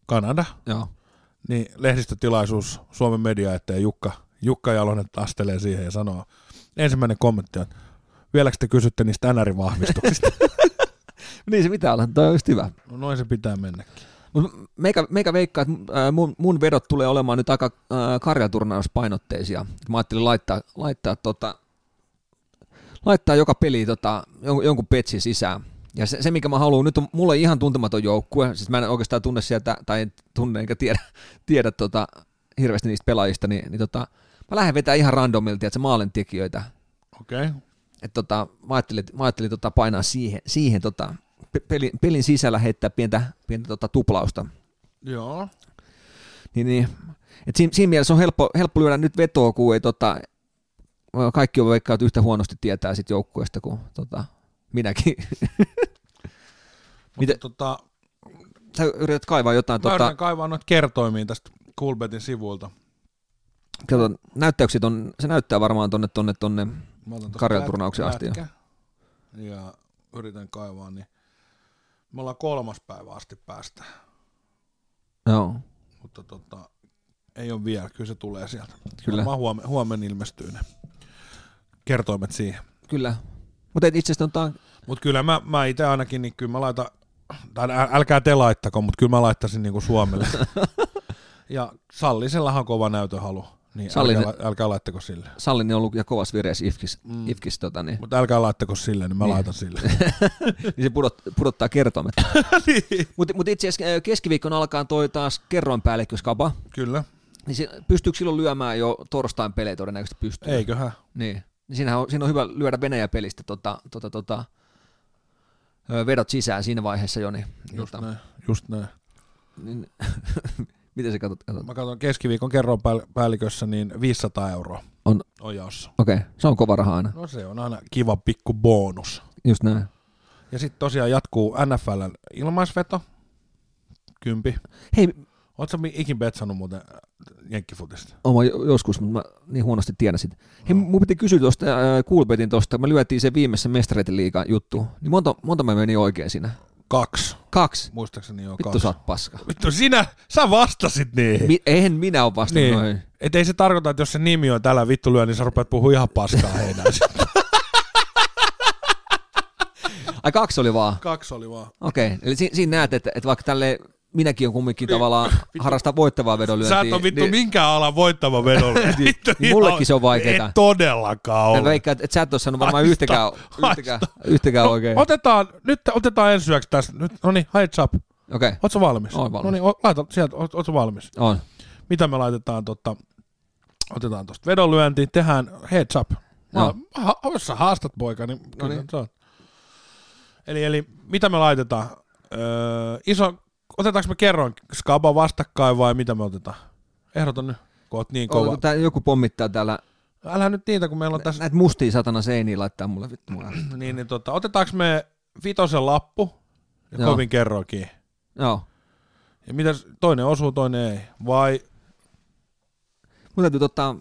A: Kanada,
C: Joo.
A: niin lehdistötilaisuus Suomen media eteen Jukka, Jukka Jalonen astelee siihen ja sanoo, ensimmäinen kommentti on, vieläkö te kysytte niistä NR-vahvistuksista?
C: Niin se pitää olla, toi on just hyvä.
A: no noin se pitää mennäkin.
C: Mut meikä, meikä veikkaa, että ää, mun, mun vedot tulee olemaan nyt aika ää, karjaturnauspainotteisia. Mä ajattelin laittaa, laittaa, tota, laittaa joka peli tota, jon- jonkun petsin sisään. Ja se, se, mikä mä haluan, nyt on mulle ihan tuntematon joukkue, siis mä en oikeastaan tunne sieltä, tai en tunne enkä tiedä, tiedä tota, hirveästi niistä pelaajista, niin, niin tota, mä lähden vetää ihan randomilta, että se maalintekijöitä.
A: Okei. Okay.
C: Et tota, mä ajattelin, mä ajattelin tota, painaa siihen, siihen tota, pe- pelin, pelin sisällä heittää pientä, pientä tota, tuplausta.
A: Joo.
C: Niin, niin. Et siinä, siinä mielessä on helppo, helppo lyödä nyt vetoa, kun ei tota, kaikki on veikkaa, että yhtä huonosti tietää sit joukkueesta kuin tota, minäkin.
A: Mutta
C: Mitä-
A: tota,
C: Sä yrität kaivaa jotain,
A: mä
C: tota,
A: yritän kaivaa noita kertoimia tästä Coolbetin sivuilta.
C: kato, näyttäykset on, se näyttää varmaan tonne, tonne, tonne.
A: Mä otan tosta
C: Karjaturnaukseen
A: lät-
C: asti jo.
A: lätkä Ja yritän kaivaa, niin me ollaan kolmas päivä asti päästä,
C: Joo,
A: mutta tota, ei ole vielä, kyllä se tulee sieltä.
C: Kyllä.
A: Mä huomenna huomen ilmestyy ne kertoimet siihen.
C: kyllä. Mutta itse asiassa tota,
A: Mutta kyllä mä, mä itse ainakin, niin kyllä mä laitan, tai äl- älkää te laittako, mutta kyllä mä laittaisin niinku Suomelle. ja Sallisellahan on kova näytöhalu, niin
C: Sallinen-
A: älkää, la- älkää laittako sille.
C: Sallinen on ollut ja kovas vireessä Ifkis,
A: Mm.
C: Ifkis tota, niin,
A: Mutta älkää laittako sille, niin mä
C: Niin.
A: laitan sille.
C: niin se pudot, pudottaa kertoimet.
A: Niin.
C: Mutta mut itse asiassa ö, keskiviikkona alkaa toi taas kerroinpäällikköskapa,
A: kyllä,
C: niin se, pystyykö silloin lyömään jo torstain pelejä todennäköisesti pystyy?
A: eiköhän.
C: Niin. niin siinähän on, siinä on hyvä lyödä Venäjä-pelistä tota, tota, tota, ö, vedot sisään siinä vaiheessa jo. Niin,
A: Just näin, just näin.
C: niin, miten se katsot? katsot?
A: Mä katson keskiviikon kerron päälli- päällikössä, niin 500 euroa
C: On,
A: on jaossa.
C: okei, okay. se on kova raha aina.
A: No se on aina kiva pikku bonus.
C: Just näin.
A: Ja sitten tosiaan jatkuu NFLn ilmaisveto. Kympi.
C: Hei,
A: Oletko ikin betsannut muuten äh, jenkkifutista?
C: oma jo- joskus, mutta mä niin huonosti tiedän sitä. Hei,
A: No.
C: mun piti kysyä tuosta Kuulpetin tuosta, me lyötiin se viimeisessä mestareiden liigan juttu. Niin monta, monta mä meni oikein siinä?
A: Kaksi.
C: Kaksi.
A: Muistaakseni on
C: Vittu
A: kaksi.
C: sä oot paska.
A: Vittu sinä, sä vastasit niihin.
C: Mi- eihän minä ole vastannut
A: niin.
C: noihin.
A: Et ei se tarkoita, että jos se nimi on tällä vittu lyö, niin sä rupeat puhua ihan paskaa heinää.
C: Ai kaksi oli vaan.
A: Kaksi oli vaan.
C: Okei, eli si- siinä näet, että, että vaikka tälle minäkin on kumminkin tavallaan harrastaa voittavaa vedonlyöntiä.
A: Sä et ole vittu
C: niin,
A: niin. minkään alan voittava vedolle. Vittu
C: niin
A: ihan-
C: mullekin se on vaikeeta.
A: Ei todellakaan
C: Mä
A: ole.
C: veikkaan, että, että sä et ole saanut varmaan
A: Haista,
C: yhtäkään,
A: haista.
C: yhtäkään, yhtäkään
A: No,
C: oikein.
A: Otetaan, nyt otetaan ensi syöksi tässä. Nyt, no niin, heads up.
C: Okei,
A: Oot sä valmis?
C: Oon valmis.
A: No niin, o- laita sieltä, oot, oot sä valmis?
C: on.
A: Mitä me laitetaan tota, otetaan tosta vedonlyönti, tehdään heads up. Mä,
C: Joo.
A: ha, jos sä haastat poika, niin kyllä
C: niin.
A: sä oot. Eli, eli mitä me laitetaan? Öö, iso, otetaanko me kerron skaba vastakkain vai mitä me otetaan? Ehdotan nyt, kun oot niin kova.
C: Oliko tää, joku pommittaa täällä
A: Älä nyt niitä, kun meillä on tässä.
C: näitä mustia satana seiniä laittaa mulle vittu mulle.
A: Niin, niin tota, otetaanko me vitosen lappu ja
C: Joo.
A: kovin kerrokin?
C: Joo.
A: Ja mitä toinen osuu, toinen ei? Vai
C: Mun täytyy ottaa,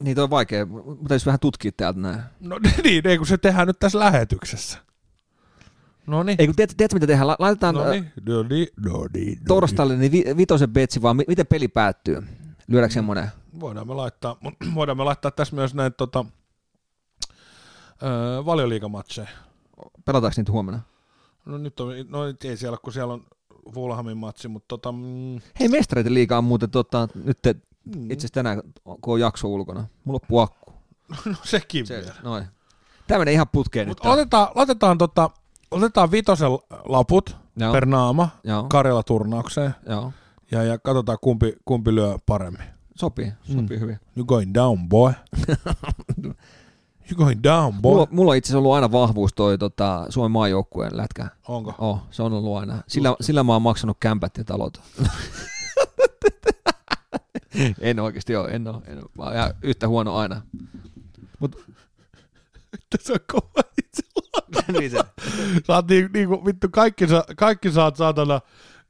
C: niin toi on vaikea, mun täytyy vähän tutkia täältä näin.
A: No niin, ei kun se tehdään nyt tässä lähetyksessä. No niin.
C: Ei kun tiedät, tiedätkö mitä tehdään, La- laitetaan
A: No
C: no
A: niin, no niin, no niin.
C: torstaille niin vi- vitosen betsi vaan, mi- miten peli päättyy. Lyödäänkö semmonen?
A: niin. Voidaan me laittaa, mut voidaan me laittaa tässä myös näitä tota, öö, valioliikamatseja.
C: Pelataanko niitä huomenna?
A: No nyt on, no nyt ei siellä, ole, kun siellä on Fulhamin matsi, mutta tota, mm,
C: Hei, mestareiden liiga on muuten tota, nyt te, itse asiassa tänään, kun on jakso ulkona. Mulla on puakku.
A: no sekin
C: Se,
A: vielä.
C: noin. Tämä menee ihan putkeen
A: Mut
C: nyt. tää.
A: otetaan, otetaan, tota, otetaan vitosen laput
C: Joo.
A: per naama
C: Joo,
A: Karjala-turnaukseen
C: joo.
A: ja, ja katsotaan kumpi, kumpi lyö paremmin.
C: Sopii,
A: Mm.
C: sopii hyvin.
A: You going down, boy. you going down, boy.
C: Mulla, mulla on itse asiassa ollut aina vahvuus toi tota, Suomen maajoukkueen lätkä.
A: Onko?
C: Oh, se on ollut aina. Sillä, sillä mä oon maksanut kämpät ja talot. en oikeasti ole, en ole. En ole. Mä oon ihan yhtä huono aina.
A: Tässä on kova itse.
C: niin se.
A: Sä oot niin, niin kuin, vittu, kaikki, sä, kaikki sä oot saatana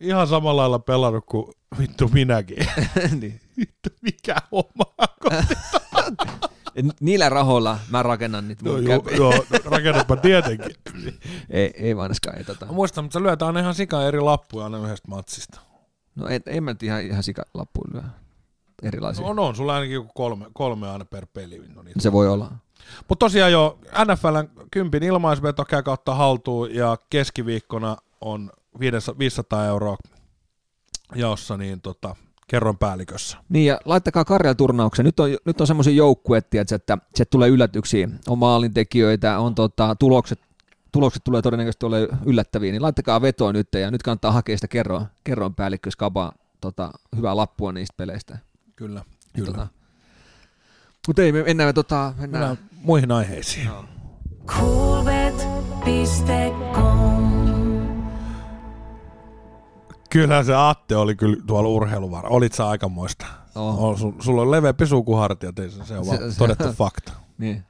A: ihan samalla lailla pelannut kuin vittu minäkin.
C: niin.
A: vittu, mikä homma.
C: Et niillä rahoilla mä rakennan niitä
A: No, Niin.
C: mun
A: joo,
C: käpiä.
A: joo, no, rakennatpa tietenkin.
C: Ei, ei vanska, ei tota.
A: Mä muistan, mutta se lyötään aina ihan sikaa eri lappuja aina yhdestä matsista.
C: No ei, ei mä nyt ihan, ihan sikalappuun lyö. Erilaisia.
A: No on, on sulla ainakin joku kolme, kolme aina per peli. No niin.
C: Se voi olla.
A: Mutta tosiaan jo NFLn kympin ilmaisveto käy kautta haltuun ja keskiviikkona on 500 500 euroa jaossa niin tota, kerron päällikössä.
C: Niin ja laittakaa Karjala turnauksen. Nyt on, nyt on semmoisia joukkueet, tiedätkö, että se tulee yllätyksiä. On maalintekijöitä, on tota, tulokset, tulokset tulee todennäköisesti ole yllättäviä, niin laittakaa vetoa nyt ja nyt kannattaa hakea sitä kerroin, kerroin päällikköskapaa tota, hyvää lappua niistä peleistä.
A: Kyllä, kyllä. Tota,
C: Mutta ei, me mennään, tota, mennään.
A: Mennään muihin aiheisiin. No.
D: Coolbet.com
A: Kyllä se Atte oli kyllä tuolla urheiluvara. Olit sä aikamoista.
C: Oh.
A: On, sul, sulla on leveämpi suu kuin hartiat, ei se, se on
C: Se-
A: vaan
C: se-
A: todettu fakta.
C: Niin.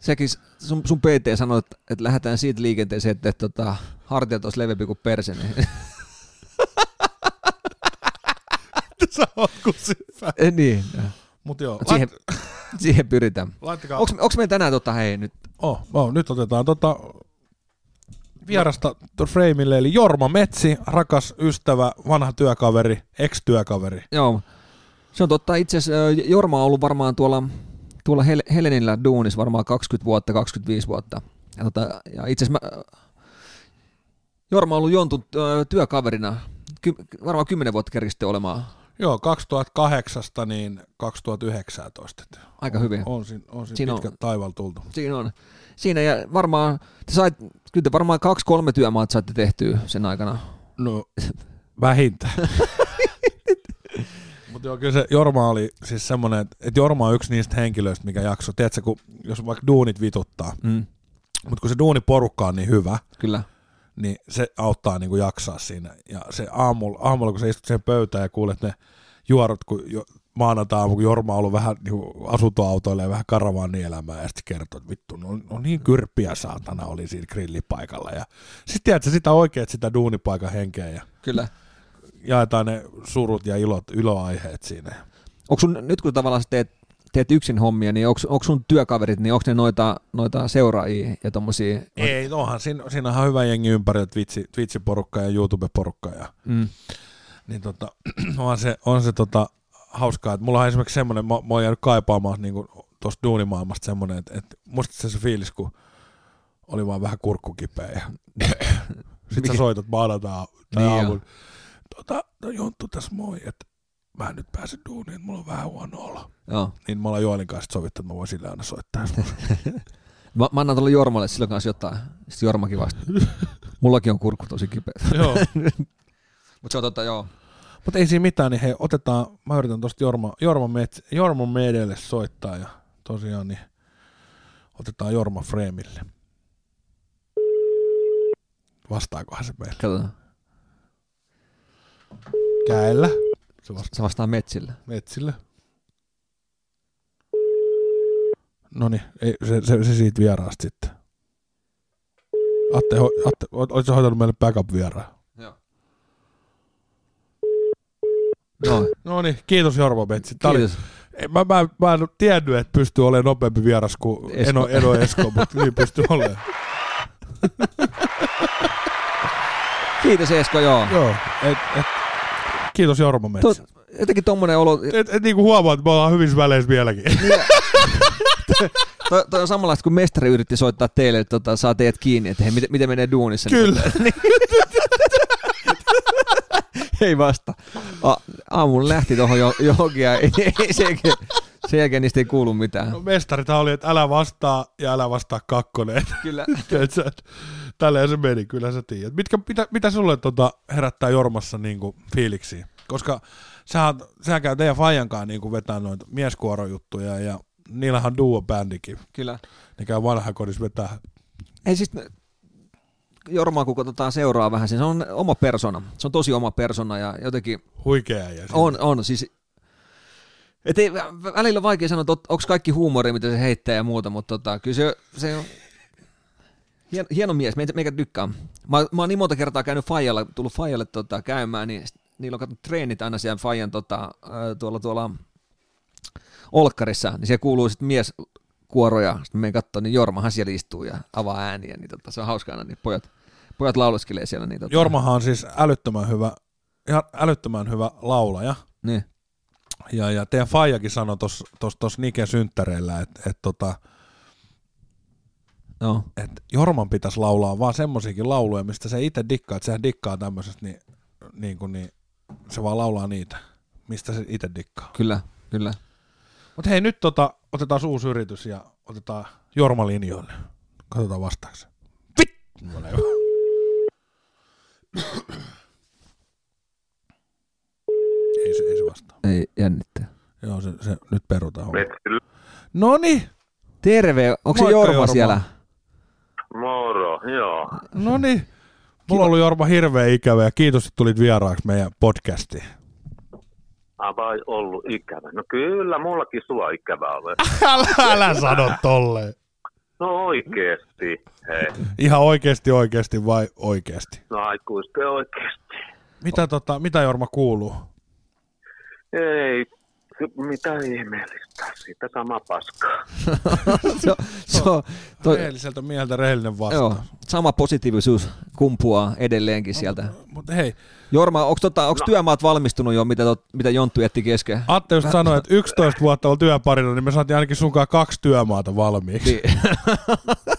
C: Sekin s- sun, sun PT sanoi, että, että lähdetään siitä liikenteeseen, että, että tota, hartiat olisi leveämpi kuin perse. Niin.
A: Sä oot kusipää.
C: Eh, niin.
A: Mut joo,
C: Mut
A: siihen...
C: siihen, siihen pyritään.
A: laittakaa.
C: Onko, onko meillä tänään tota, hei nyt?
A: Oh, oh, nyt otetaan tota vierasta to Freimille, eli Jorma Metsi, rakas ystävä, vanha työkaveri, ex-työkaveri.
C: Joo. Se on totta. Itse asiassa ö, Jorma on ollut varmaan tuolla, tuolla Hel- Helenillä duunis varmaan 20 vuotta, 25 vuotta. Ja, tota, ja itse asiassa mä, ö, Jorma on ollut Jontun ö, työkaverina ky, varmaan 10 vuotta kerkisitte olemaan
A: Joo, 2008 niin 2019. Et
C: aika hyvin.
A: On siinä, on siinä,
C: Siinä on-
A: pitkä taival tultu.
C: Siinä on. Siinä ja varmaan, te sait, kyllä te varmaan kaksi kolme työmaat saitte tehtyä sen aikana.
A: No, vähintään. Mutta joo, kyllä se Jorma oli siis semmoinen, että et Jorma on yksi niistä henkilöistä, mikä jakso. Tiedätkö, kun, jos vaikka duunit vituttaa,
C: Mm,
A: mutta kun se duuniporukka on niin hyvä,
C: kyllä.
A: niin se auttaa niin kuin jaksaa siinä. Ja se aamulla, aamulla kun sä istut siihen pöytään ja kuulet ne juorut, kun jo, maanantai-aamu, kun Jorma on ollut vähän niin kuin asuntoautoilla ja vähän karavaani-elämää, ja sitten kertoo, että vittu, no, no niin kyrppiä saatana oli siinä grillipaikalla. Ja sitten tiedätkö sitä oikeet sitä duunipaikan henkeä ja
C: Kyllä.
A: jaetaan ne surut ja ilot, iloaiheet siinä.
C: Onko sun, nyt kun tavallaan sä teet, teet yksin hommia, niin onko, onko sun työkaverit, niin onko ne noita, noita seuraajia ja tommosia?
A: Ei, no onhan siinä, siinä on ihan hyvä jengi ympärillä, Twitch, Twitch-porukka ja YouTube-porukka ja
C: Mm,
A: niin tota, on se, on se tota, hauskaa, että mulla on esimerkiksi semmoinen, mä, mä oon jäänyt kaipaamaan niin tuosta duunimaailmasta semmoinen, että, että muistatko se fiilis, kun oli vaan vähän kurkkukipeä ja sit sä
C: Mikä-
A: soitat maanantaa tai niin
C: Niin joo.
A: aamun. Tota, no Jonttu tässä moi, että mä en nyt pääse duuniin, että mulla on vähän huono olo.
C: joo.
A: Niin me ollaan Joelin kanssa sit sovittu, että mä voin sille aina soittaa. jos mulla-
C: Mä, mä annan tuolle Jormalle silloin kanssa jotain. Sitten Jormakin vasta. Mullakin on kurkku tosi kipeä.
A: Joo.
C: Mutta se on totta, joo.
A: Mutta ei siinä mitään, niin hei, otetaan, mä yritän tuosta Jorma, Jorma, Mets, Jorma Medelle soittaa ja tosiaan niin otetaan Jorma Freemille. Vastaakohan se meille?
C: Katsotaan.
A: Käellä. Se vastaa
C: Se vastaa metsillä.
A: Metsille. No niin, se, se, se, siitä vieraasta sitten. Atte, ho, Atte oot, oot sä hoitanut meille backup-vieraan?
C: Joo. No,
A: No niin, kiitos Jorma Metsi. Tää oli
C: kiitos.
A: Ei, Mä, mä, mä en oo tiennyt, että pystyy olemaan nopeampi vieras kuin
C: Esko.
A: Eno, Eno Esko, mutta niin pystyy olemaan.
C: Kiitos Esko, joo.
A: Joo, et, et, kiitos Jorma Metsä.
C: Tuo, jotenkin tommonen olo,
A: Et, et niin kuin huomaat, me ollaan hyvissä väleissä vieläkin.
C: toi, toi on samanlaista kuin mestari yritti soittaa teille, että tota, saa teidät kiinni, että hei, miten, miten menee duunissa. Niin
A: Kyllä.
C: tota, Ei vasta. A, aamulla lähti tuohon jo, johonkin ja ei, ei, sen, jälkeen, sen jälkeen niistä ei kuulu mitään.
A: No, mestari tää oli, että älä vastaa ja älä vastaa kakkonen.
C: Kyllä.
A: Tiedätkö, et Tälleen se meni, kyllä sä tiedät. Mitkä, mitä, mitä sulle tota herättää Jormassa niin kuin fiiliksiä? Koska sä, oot- sä käy teidän Fajankaan niin kuin vetää noita mieskuorojuttuja ja niillähän on duo-bändikin.
C: Kyllä.
A: Ne käy vanhakodissa vetää
C: Ei siis, Jormaa kun katsotaan seuraa vähän, siis se on oma persona. Se on tosi oma persona ja jotenkin
A: huikea ja
C: On, on. Siis, et ei, vä- välillä on vaikea sanoa, että onko kaikki huumoria, mitä se heittää ja muuta, mutta tota, kyllä se, se on... Hien, hieno mies, meikä, meikä tykkää. Mä, oon- mä oon niin monta kertaa käynyt Fajalla, tullut Fajalle tota, käymään, niin sit niillä on katsottu treenit aina siellä Fajan tota, ö, tuolla, tuolla Olkkarissa, niin siellä kuuluu sitten mies kuoroja, sitten menen katsoa, niin Jormahan siellä istuu ja avaa ääniä, niin tota, se on hauska aina, niin pojat, pojat lauleskelee siellä. Niin, tota,
A: Jormahan on siis älyttömän hyvä, ihan älyttömän hyvä laulaja.
C: Niin.
A: Ja, ja teidän Faijakin sanoi tuossa Niken synttäreillä, että et, tota,
C: Joo.
A: et Jorman pitäisi laulaa vaan semmosiakin lauluja, mistä se itse dikkaa, että sehän dikkaa tämmöisestä, niin, niin, kuin, niin se vaan laulaa niitä, mistä se itse dikkaa.
C: Kyllä, kyllä.
A: Mutta hei, nyt tota, otetaan uusi yritys ja otetaan Jorma linjoille. Katsotaan vastaaksi. Vit! Ole hyvä. ei, se, ei se vastaa.
C: Ei jännittää.
A: Joo, se, se nyt perutaan.
E: Metsillä.
A: Noni,
C: Terve, onko se
A: Moikka,
C: Jorma,
A: Jorma.
C: siellä?
E: Moro, joo.
A: noni. Mulla on ollut Jorma hirveä ikävä ja kiitos, että tulit vieraaksi meidän podcastiin.
E: Ah, vai ollut ikävä? No kyllä, mullakin sua ikävä on.
A: Älä, älä sano tolleen.
E: No oikeesti. Hei,
A: Ihan oikeasti oikeasti vai oikeasti?
E: no aikuisten oikeesti.
A: Mitä, tota, mitä Jorma kuuluu?
E: Ei, ky- mitä ihmeellistä. Siitä sama paskaa.
C: se, on- se, on-
A: Toi...
C: toi,
A: Rehelliseltä mieltä rehellinen
C: joo,
A: vastaus.
C: sama positiivisuus kumpuaa edelleenkin sieltä.
A: Mutta hei,
C: Jorma, onko tota, onks työmaat valmistunut jo, mitä, tot, mitä Jonttu jätti kesken?
A: Atte just sanoi, että 11 vuotta on työparina, niin me saatiin ainakin sunkaan kaksi työmaata valmiiksi. Niin.
C: Niin.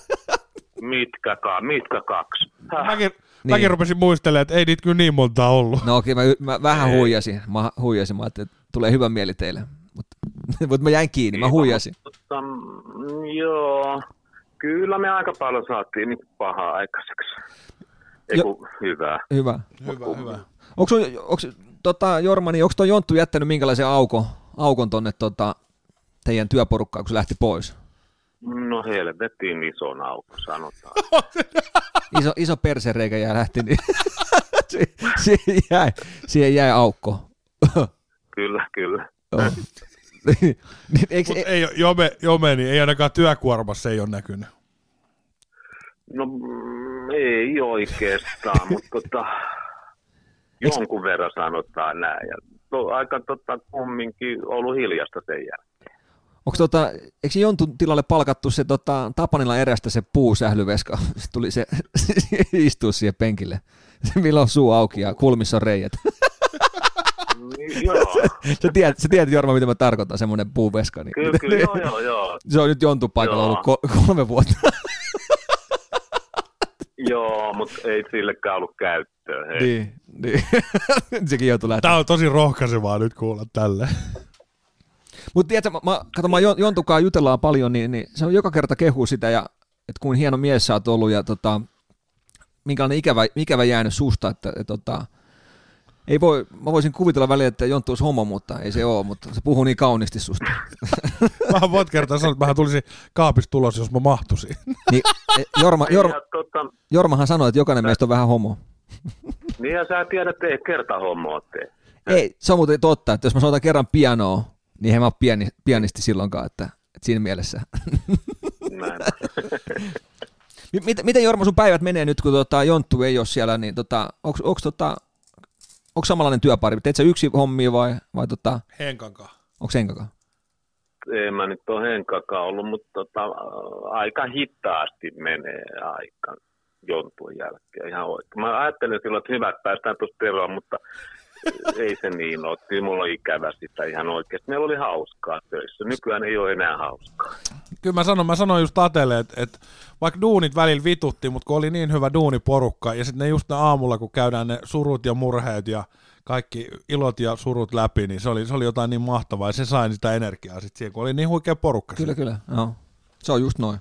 E: Mitkäkaan, mitkä kaksi? Häh,
A: Mäkin, niin. mäkin rupesin muistelemaan, että ei niitä kyllä niin monta ollut.
C: No okei, okay, mä, mä, vähän huijasin. Mä huijasin, mä ajattelin, että tulee hyvä mieli teille. Mutta mut mä jäin kiinni, mä huijasin.
E: mutta, mm, joo. Kyllä me aika paljon saatiin niin pahaa aikaiseksi. Eiku, hyvä.
C: Hyvä.
A: Hyvä, hyvä.
C: Onko, sun, onks, tota, Jorma, niin onko toi Jonttu jättänyt minkälaisen aukon, aukon tonne tota, teidän työporukkaan, kun se lähti pois?
E: No helvetin ison aukko, sanotaan.
C: Iso, iso persereikä jää lähti, niin si- siihen, jäi, siihen jäi aukko.
E: Kyllä, kyllä.
C: Joo. Niin, niin, eikö,
A: Mutta ei, jome, jome, niin ei ainakaan työkuormassa ei ole näkynyt.
E: No mm, ei oikeastaan, mutta tota, jonkun verran sanotaan näin. Ja to, aika tota, kumminkin ollut hiljasta sen jälkeen.
C: Onko tota, eikö se Jontun tilalle palkattu se tota, Tapanilla erästä se puusählyveska? Se tuli se, istuu siihen penkille. Se, millä on suu auki ja kulmissa on reijät.
E: Niin, Joo,
C: Sä tiedät, sä tiedät Jorma, mitä mä tarkoitan, semmoinen puuveska. Niin.
E: kyllä, kyllä, joo, joo, joo.
C: Se on nyt Jontun paikalla
E: Joo.
C: ollut ko- kolme vuotta.
E: joo mutta ei sillekään ollut käyttöä. Hei.
C: niin, niin. Sekin joutui lähteä.
A: Tämä on tosi rohkaisevaa nyt kuulla tälle.
C: Mutta tiedätkö, mä, mä, kato, mä Jon- Jontukaa jutellaan paljon, niin, niin se on joka kerta kehu sitä, ja, että kuin hieno mies sä oot ollut, ja tota, minkälainen ikävä, ikävä jäänyt susta, että et, tota, ei voi, mä voisin kuvitella välillä, että Jonttu olisi homo, mutta ei se ole, mutta se puhuu niin kauniisti susta.
A: Mä voit kertaa sanoa, että mähän tulisin kaapista tulos, jos mä mahtuisin.
C: Niin, e, Jorma, Jorma,
E: Ja, tota,
C: Jormahan sanoi, että jokainen meistä on vähän homo.
E: niin ja sä tiedät, että ei kerta hommaa tee.
C: Ei, se on muuten totta, että jos mä soitan kerran pianoa, niin en mä ole piani, pianisti silloinkaan, että, että siinä mielessä.
E: Näin.
C: M- Mit, miten Jorma sun päivät menee nyt, kun tota, Jonttu ei ole siellä, niin tota, onko onks, tota, onks samanlainen työpari? Teet sä yksi hommia vai, vai tota,
A: Henkankaan.
C: onko Henkakaan?
E: Ei mä nyt ole henkakaan ollut, mutta tota, äh, aika hitaasti menee aika jontun jälkeen ihan oikein. Mä ajattelin silloin, että hyvä, että päästään tuosta eroon, mutta ei se niin ole. Kyllä mulla on ikävä sitä ihan oikeasti. Meillä oli hauskaa töissä. Nykyään ei ole enää hauskaa.
A: Kyllä mä sanon, mä sanoin just Atelle, että, että vaikka duunit välillä vitutti, mutta kun oli niin hyvä duuniporukka, ja sitten ne just ne aamulla, kun käydään ne surut ja murheet ja kaikki ilot ja surut läpi, niin se oli, se oli jotain niin mahtavaa, ja se sai sitä energiaa sitten siihen, kun oli niin huikea porukka.
C: Kyllä, kyllä. Joo. Se on just noin.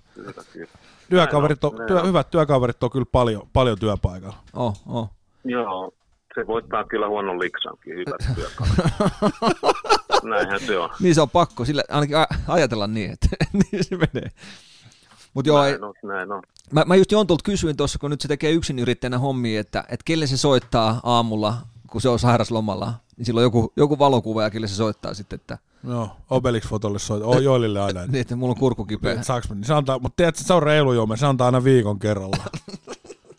A: työkaverit on,
E: Näin on,
A: työ,
E: näin on.
A: hyvät työkaverit on kyllä paljon, paljon työpaikalla.
C: Oh, oh.
E: Joo, se voittaa kyllä huonon liksankin. Hyvät työkalut. Näinhän se on.
C: Niin se on pakko, sillä ainakin a- ajatella niin, että niin se menee. Mutta joo, ei-
E: Näin on, näin on.
C: mä, mä just Jontulta kysyin tuossa, kun nyt se tekee yksin yrittäjänä hommia, että, että kelle se soittaa aamulla, kun se on sairaslomalla, niin silloin joku, joku valokuvaaja, kelle se soittaa sitten, että
A: Joo, Obelix-fotolle soit. Oh, Joilille aina.
C: Niin, että mulla on kurkku kipeä.
A: Et saaks mä- niin se antaa, mutta tiedätkö, se on reilu juoma, se antaa aina viikon kerralla.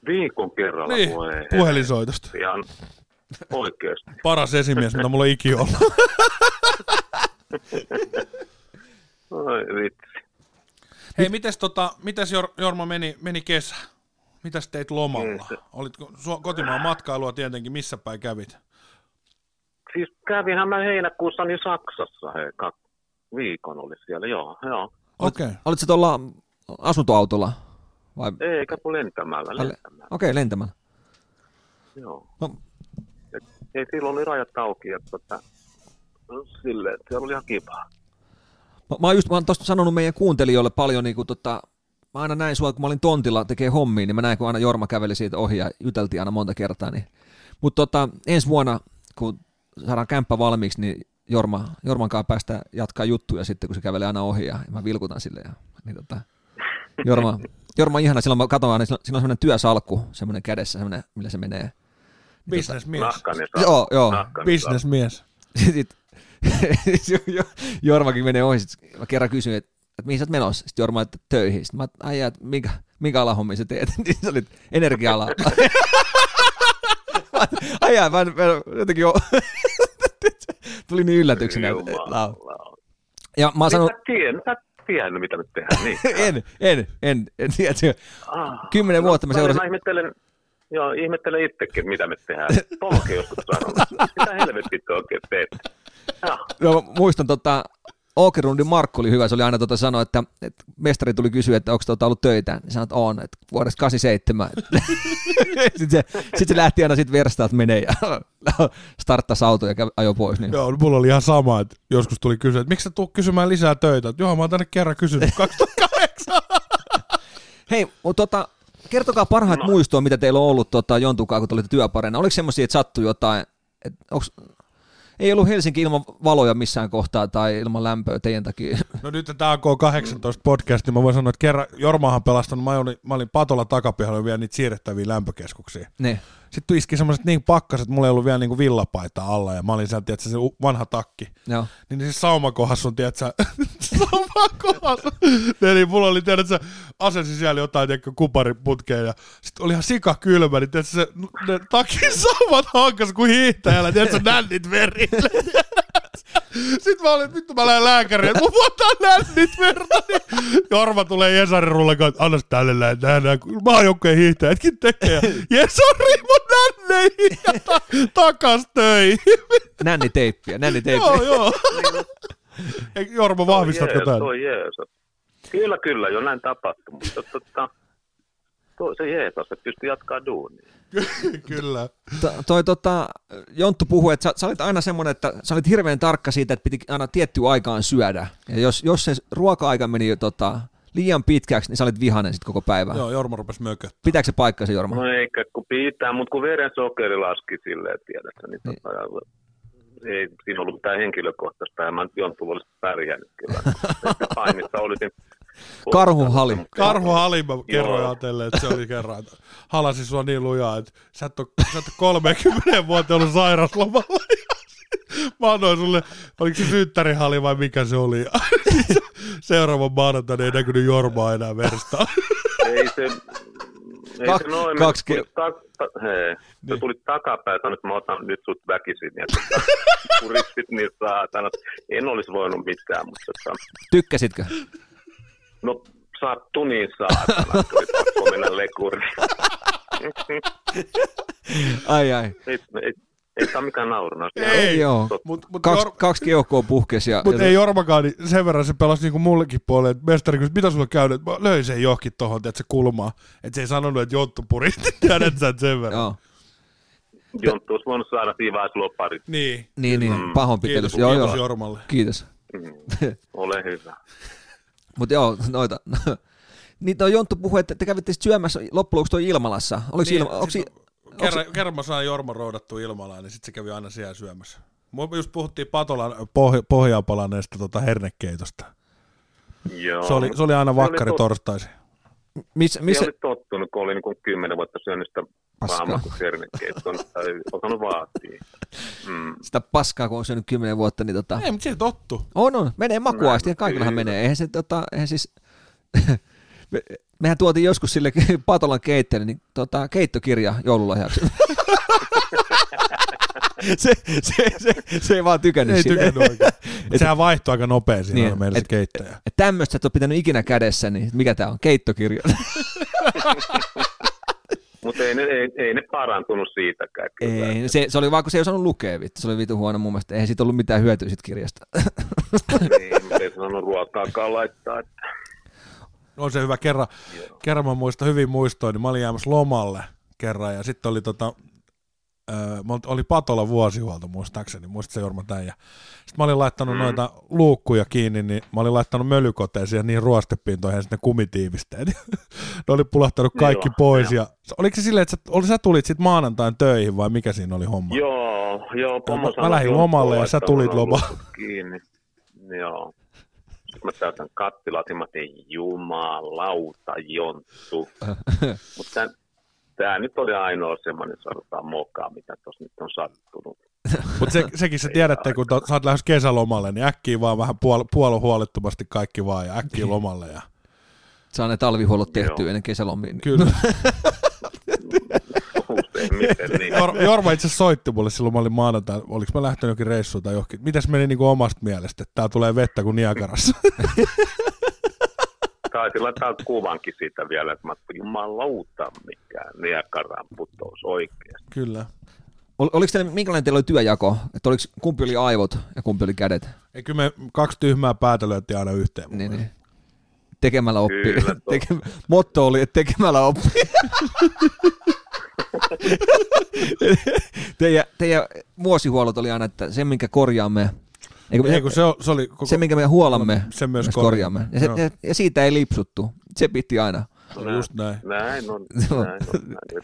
E: Viikon kerralla
A: niin,
E: voi ei.
A: puhelinsoitosta.
E: Ihan oikeasti.
A: Paras esimies, mitä mulla on iki ollut.
E: Oi vitsi.
A: Hei, mites, tota, mites Jor, Jorma meni, meni kesä? Mitäs teit lomalla? Olitko su- kotimaan matkailua tietenkin, missä päin kävit?
E: Siis kävinhän mä heinäkuussa niin Saksassa, hei, kak... viikon oli siellä, joo, joo.
A: Okei.
C: Olitko sä tuolla asuntoautolla? Vai?
E: Eikä kun lentämällä,
C: Okei,
E: lentämällä,
C: okay, lentämällä.
E: joo.
C: No,
E: Et, ei silloin oli rajat auki, että tota, sille, että siellä oli ihan kivaa.
C: Mä, mä, oon just, mä oon tosta sanonut meidän kuuntelijoille paljon, niin kuin, tota, mä aina näin sua, kun mä olin tontilla tekee hommia, niin mä näin, kun aina Jorma käveli siitä ohi ja juteltiin aina monta kertaa. Niin. Mutta tota, ensi vuonna, kun saadaan kämppä valmiiksi, niin Jorma, Jorman kanssa päästä jatkaa juttuja sitten, kun se kävelee aina ohi ja mä vilkutan sille. Ja, niin tota, Jorma, Jorma on ihana, silloin mä katson aina, sillä sillä on semmoinen työsalkku, semmoinen kädessä, semmoinen, millä se menee.
A: Businessmies.
E: Nahkainen
C: Joo, joo.
E: nahkainen saa.
A: Businessmies.
C: Sitten Jormakin menee ohi. Sit mä kerran kysyin, että et mihin sä oot menossa? Sitten Jorma, että töihin. Sitten mä, että ai jaa, että minkä, minkä alan hommia sä teet? Niin sä olit energia-ala. Mä oon, ai jaa, mä, en- mä en- jotenkin oo. Tuli niin yllätyksenä.
E: Jumala.
C: Ja mä oon
E: Niin
C: sanonut,
E: mä tiedän, sä et tiennyt, mitä nyt tehdään, niin.
C: en, en, en, en tiedä.
E: Ah.
C: Kymmenen vuotta mä
E: Paljon
C: seurasin.
E: Mä ihmettelen, joo, ihmettelen itsekin, mitä me tehdään. Tuollakin joskus sanonut. Mitä helvettiä te oikein teet? Ja,
C: No, mä muistan tota, Åkerundin Markku oli hyvä, se oli aina tota sanoa, että, että mestari tuli kysyä, että onko tota ollut töitä, niin sanoit, että on, että vuodesta 87. sitten, se, sit se lähti aina sit verstaat menee ja starttasi auto ja kä- ajoi pois. Niin.
A: Joo, no, mulla oli ihan sama, että joskus tuli kysyä, että miksi sä tulet kysymään lisää töitä? Että Joo, mä oon tänne kerran kysynyt 2008.
C: Hei, mutta tota, kertokaa parhaat no. muistoa, mitä teillä on ollut tota, jontukaa, kun te olitte työparina. Oliko semmoisia, että sattui jotain, että onks, ei ollut Helsinki ilman valoja missään kohtaa tai ilman lämpöä teidän takia.
A: No nyt tämä on K18 podcast, niin mä voin sanoa, että kerran Jormahan pelastanut, mä olin, mä olin patolla takapihalla vielä niitä siirrettäviä lämpökeskuksia.
C: niin.
A: Sitten iski semmoiset niin pakkaset, mulla ei ollut vielä niinku villapaita alla ja mä olin siellä, tiedätkö, se u- vanha takki.
C: Joo.
A: Niin se saumakohas on, tiedätkö, saumakohas. Eli mulla oli, tiedätkö, asensi siellä jotain, tiedätkö, kupariputkea ja sit oli ihan sika kylmä, niin tiedätkö, se, ne takin saumat hankas kuin hiihtäjällä, tiedätkö, nännit verille. Sitten mä olin, että vittu mä lähden lääkäriin, että mun vuotaa nännit verta, niin Jorma tulee Jesarin rulle kanssa, anna se tälle näin, nähdään, kun maajoukkojen hiihtäjätkin tekee, ja Jesari mun nänneihin ja ta- takas töihin.
C: Nänniteippiä, nänniteippiä.
A: Joo, joo. Niin. Ei, Jorma, vahvistatko
E: jees,
A: tämän?
E: Toi jeesas. Kyllä, kyllä, jo näin tapahtui, mutta tota, toi, se jeesas, että pystyy jatkaa duunia.
A: Kyllä.
C: To, toi tota, Jonttu puhui, että sä, sä olit aina semmoinen, että sä olit hirveän tarkka siitä, että piti aina tiettyyn aikaan syödä. Ja jos, jos se ruoka-aika meni jo, tota, liian pitkäksi, niin sä olit vihainen sitten koko päivän. Joo.
A: Joo, Jorma rupesi mökö.
C: Pitääkö se paikkansa, Jorma?
E: No eikä, kun pitää, mutta kun veren sokeri laski silleen, tiedätkö, niin tota,
A: Niin.
E: ei siinä ollut mitään henkilökohtaista, ja mä nyt jontun olisi pärjännyt kyllä. Että painissa olisin...
C: Karhun halim.
A: Karhu Halima kerroi
E: Joo.
A: Atelle, että se oli kerran. että Halasi sua niin lujaa, että sä et ole, sä et ole 30 vuotta ollut sairaslomalla. Mä annoin sulle, oliko se syyttärihali vai mikä se oli. Seuraavan maanantaina ei näkynyt Jormaa enää verstaa.
E: Ei se... Ei
C: Kak-
E: se noin,
C: kaksi
E: kaksi
C: ke-
E: ta, ta, hei, niin. tuli takapäin, sanoin, että mä otan nyt sut väkisin. Ja tota, kuristit niin saatana. En olisi voinut mitään, mutta tota,
C: Tykkäsitkö?
E: no sattu niin saatana, että oli pakko mennä lekuriin.
C: Ai ai.
E: Ei, ei, ei tämä mikään nauruna.
A: Ei,
C: Joo.
A: Mut, mut
C: Kaksi,
A: Jor-
C: kaksi keuhkoa puhkesi. Ja,
A: Mutta
C: ja
A: ei Jormakaan, niin sen verran se pelasi niinku mullekin puolelle, että mestari kysyi, mitä sulla käy, että mä löin sen johonkin tohon, tiedät se kulmaa. Että se ei sanonut, että Jonttu puristi, tiedät sä et sen verran.
C: joo.
E: Jonttu olisi voinut saada siinä vaiheessa loparit.
A: Niin.
C: Niin, niin. Pahoinpitelys.
A: Kiitos,
C: Joo,
A: kiitos
C: joo.
A: Jormalle.
C: Kiitos.
E: Ole hyvä.
C: Mutta joo, noita. Niin toi Jonttu puhui, että te kävitte sit syömässä loppujen lopuksi toi Ilmalassa. Oliko niin,
A: Niin,
C: Ilma, onks,
A: sit-
C: i-
A: Kerran, kerran mä sain Jorma roudattua Ilmalaan, niin sitten se kävi aina siellä syömässä. Mua just puhuttiin Patolan poh- pohjaan palaneesta tota hernekeitosta.
E: Joo.
A: Se oli, se oli aina
E: Se oli
A: vakkari
E: tot-
A: torstaisin.
C: missä,
E: Missä?
C: missä,
E: oli tottunut, kun oli niin kuin kymmenen vuotta syönyt sitä
C: Paskaa.
E: naama kuin pernekeitto on tai osannut vaatii. Mm.
C: Sitä paskaa, kun on syönyt kymmenen vuotta, niin tota...
A: Ei, mutta siitä tottu.
C: On, on. Menee makuaisti ja
E: Näin,
C: kaikillahan
E: kyllä.
C: menee. Eihän se tota, eihän siis... Me, mehän tuotiin joskus sille Patolan keittäjälle, niin tota, keittokirja joululahjaksi. se, se, se, se, ei vaan tykännyt
A: Ei
C: siitä.
A: tykännyt oikein. Et Sehän vaihtui aika nopea siinä
C: Niin,
A: niin, meidän
C: et-
A: se keittäjä.
C: Et Tämmöistä et ole pitänyt ikinä kädessä, niin mikä tämä on? Keittokirja.
E: Mutta ei, ne- ei, ei, ne parantunut siitäkään. Kyllä.
C: ei, se, se, oli vaan, kun se ei osannut lukea, vittu. Se oli vitu huono mun mielestä. Eihän siitä ollut mitään hyötyä siitä kirjasta.
E: Niin, mutta ei sanonut ruokaakaan laittaa. Että.
A: On se hyvä. Kerran, kerran mä muistan, hyvin muistoin, niin mä olin jäämässä lomalle kerran ja sitten oli tota, öö, mä olt- oli Patola vuosihuolto muistaakseni, muistat se Jorma tämän. ja Sitten mä olin
E: Mm.
A: laittanut noita luukkuja kiinni, niin mä olin laittanut mölykoteisiin ja niihin ruostepintoihin ja sitten ne kumitiivisteet. ne oli pulahtanut kaikki
E: Niin Joo,
A: pois. Ja, oliko se silleen, että sä, oli, sä tulit sitten maanantain töihin vai mikä siinä oli homma?
E: Joo, joo.
A: Mä-
E: Pomo
A: mä lähdin lomalle ja sä tulit lomalle.
E: lomalle. Kiinni. Joo. Sitten mä täytän kattilat ja mä tein jumalauta jonttu. Mutta tämä nyt oli ainoa semmoinen sanotaan moka, mitä tuossa nyt on sattunut.
A: Mutta se, sekin sä tiedätte, kun to, sä oot lähes kesälomalle, niin äkkiä vaan vähän puol, puoluhuolettomasti kaikki vaan ja
E: Niin.
A: äkkiä lomalle. Ja...
C: Saa ne talvihuollot tehtyä
E: Joo.
C: ennen kesälomia. Niin.
A: Kyllä.
E: Useimmiten niin.
A: Jor, Jorma itse asiassa soitti mulle silloin, mä olin maanantaina, oliko mä lähtenyt jokin reissuun tai johonkin. Mitäs meni niin omasta mielestä, että tää tulee vettä kuin Niagarassa?
E: Taisin laittaa kuvankin siitä vielä, että mä ajattelin, jumalauta mikään niakaran putous oikeasti.
A: Kyllä.
C: Ol, oliko teillä, minkälainen teillä oli työjako? Että oliko, kumpi oli aivot ja kumpi oli kädet?
A: Ja kyllä me kaksi tyhmää päätä löytiin aina yhteen. mun
C: Niin,
A: mielestä.
C: niin. Tekemällä oppii.
E: Kyllä, to-
C: Teke, motto oli, että tekemällä oppii. teidän, teidän vuosihuollot oli aina, että se minkä korjaamme, eikö,
A: Ei, kun se, o- se oli koko...
C: se minkä me huolamme,
A: Se myös
C: korjaamme. Ja, se,
A: Joo.
C: ja, ja, siitä ei lipsuttu. Se piti aina.
A: Se oli just näin.
E: Näin on,
C: Joo.
E: näin on. Näin.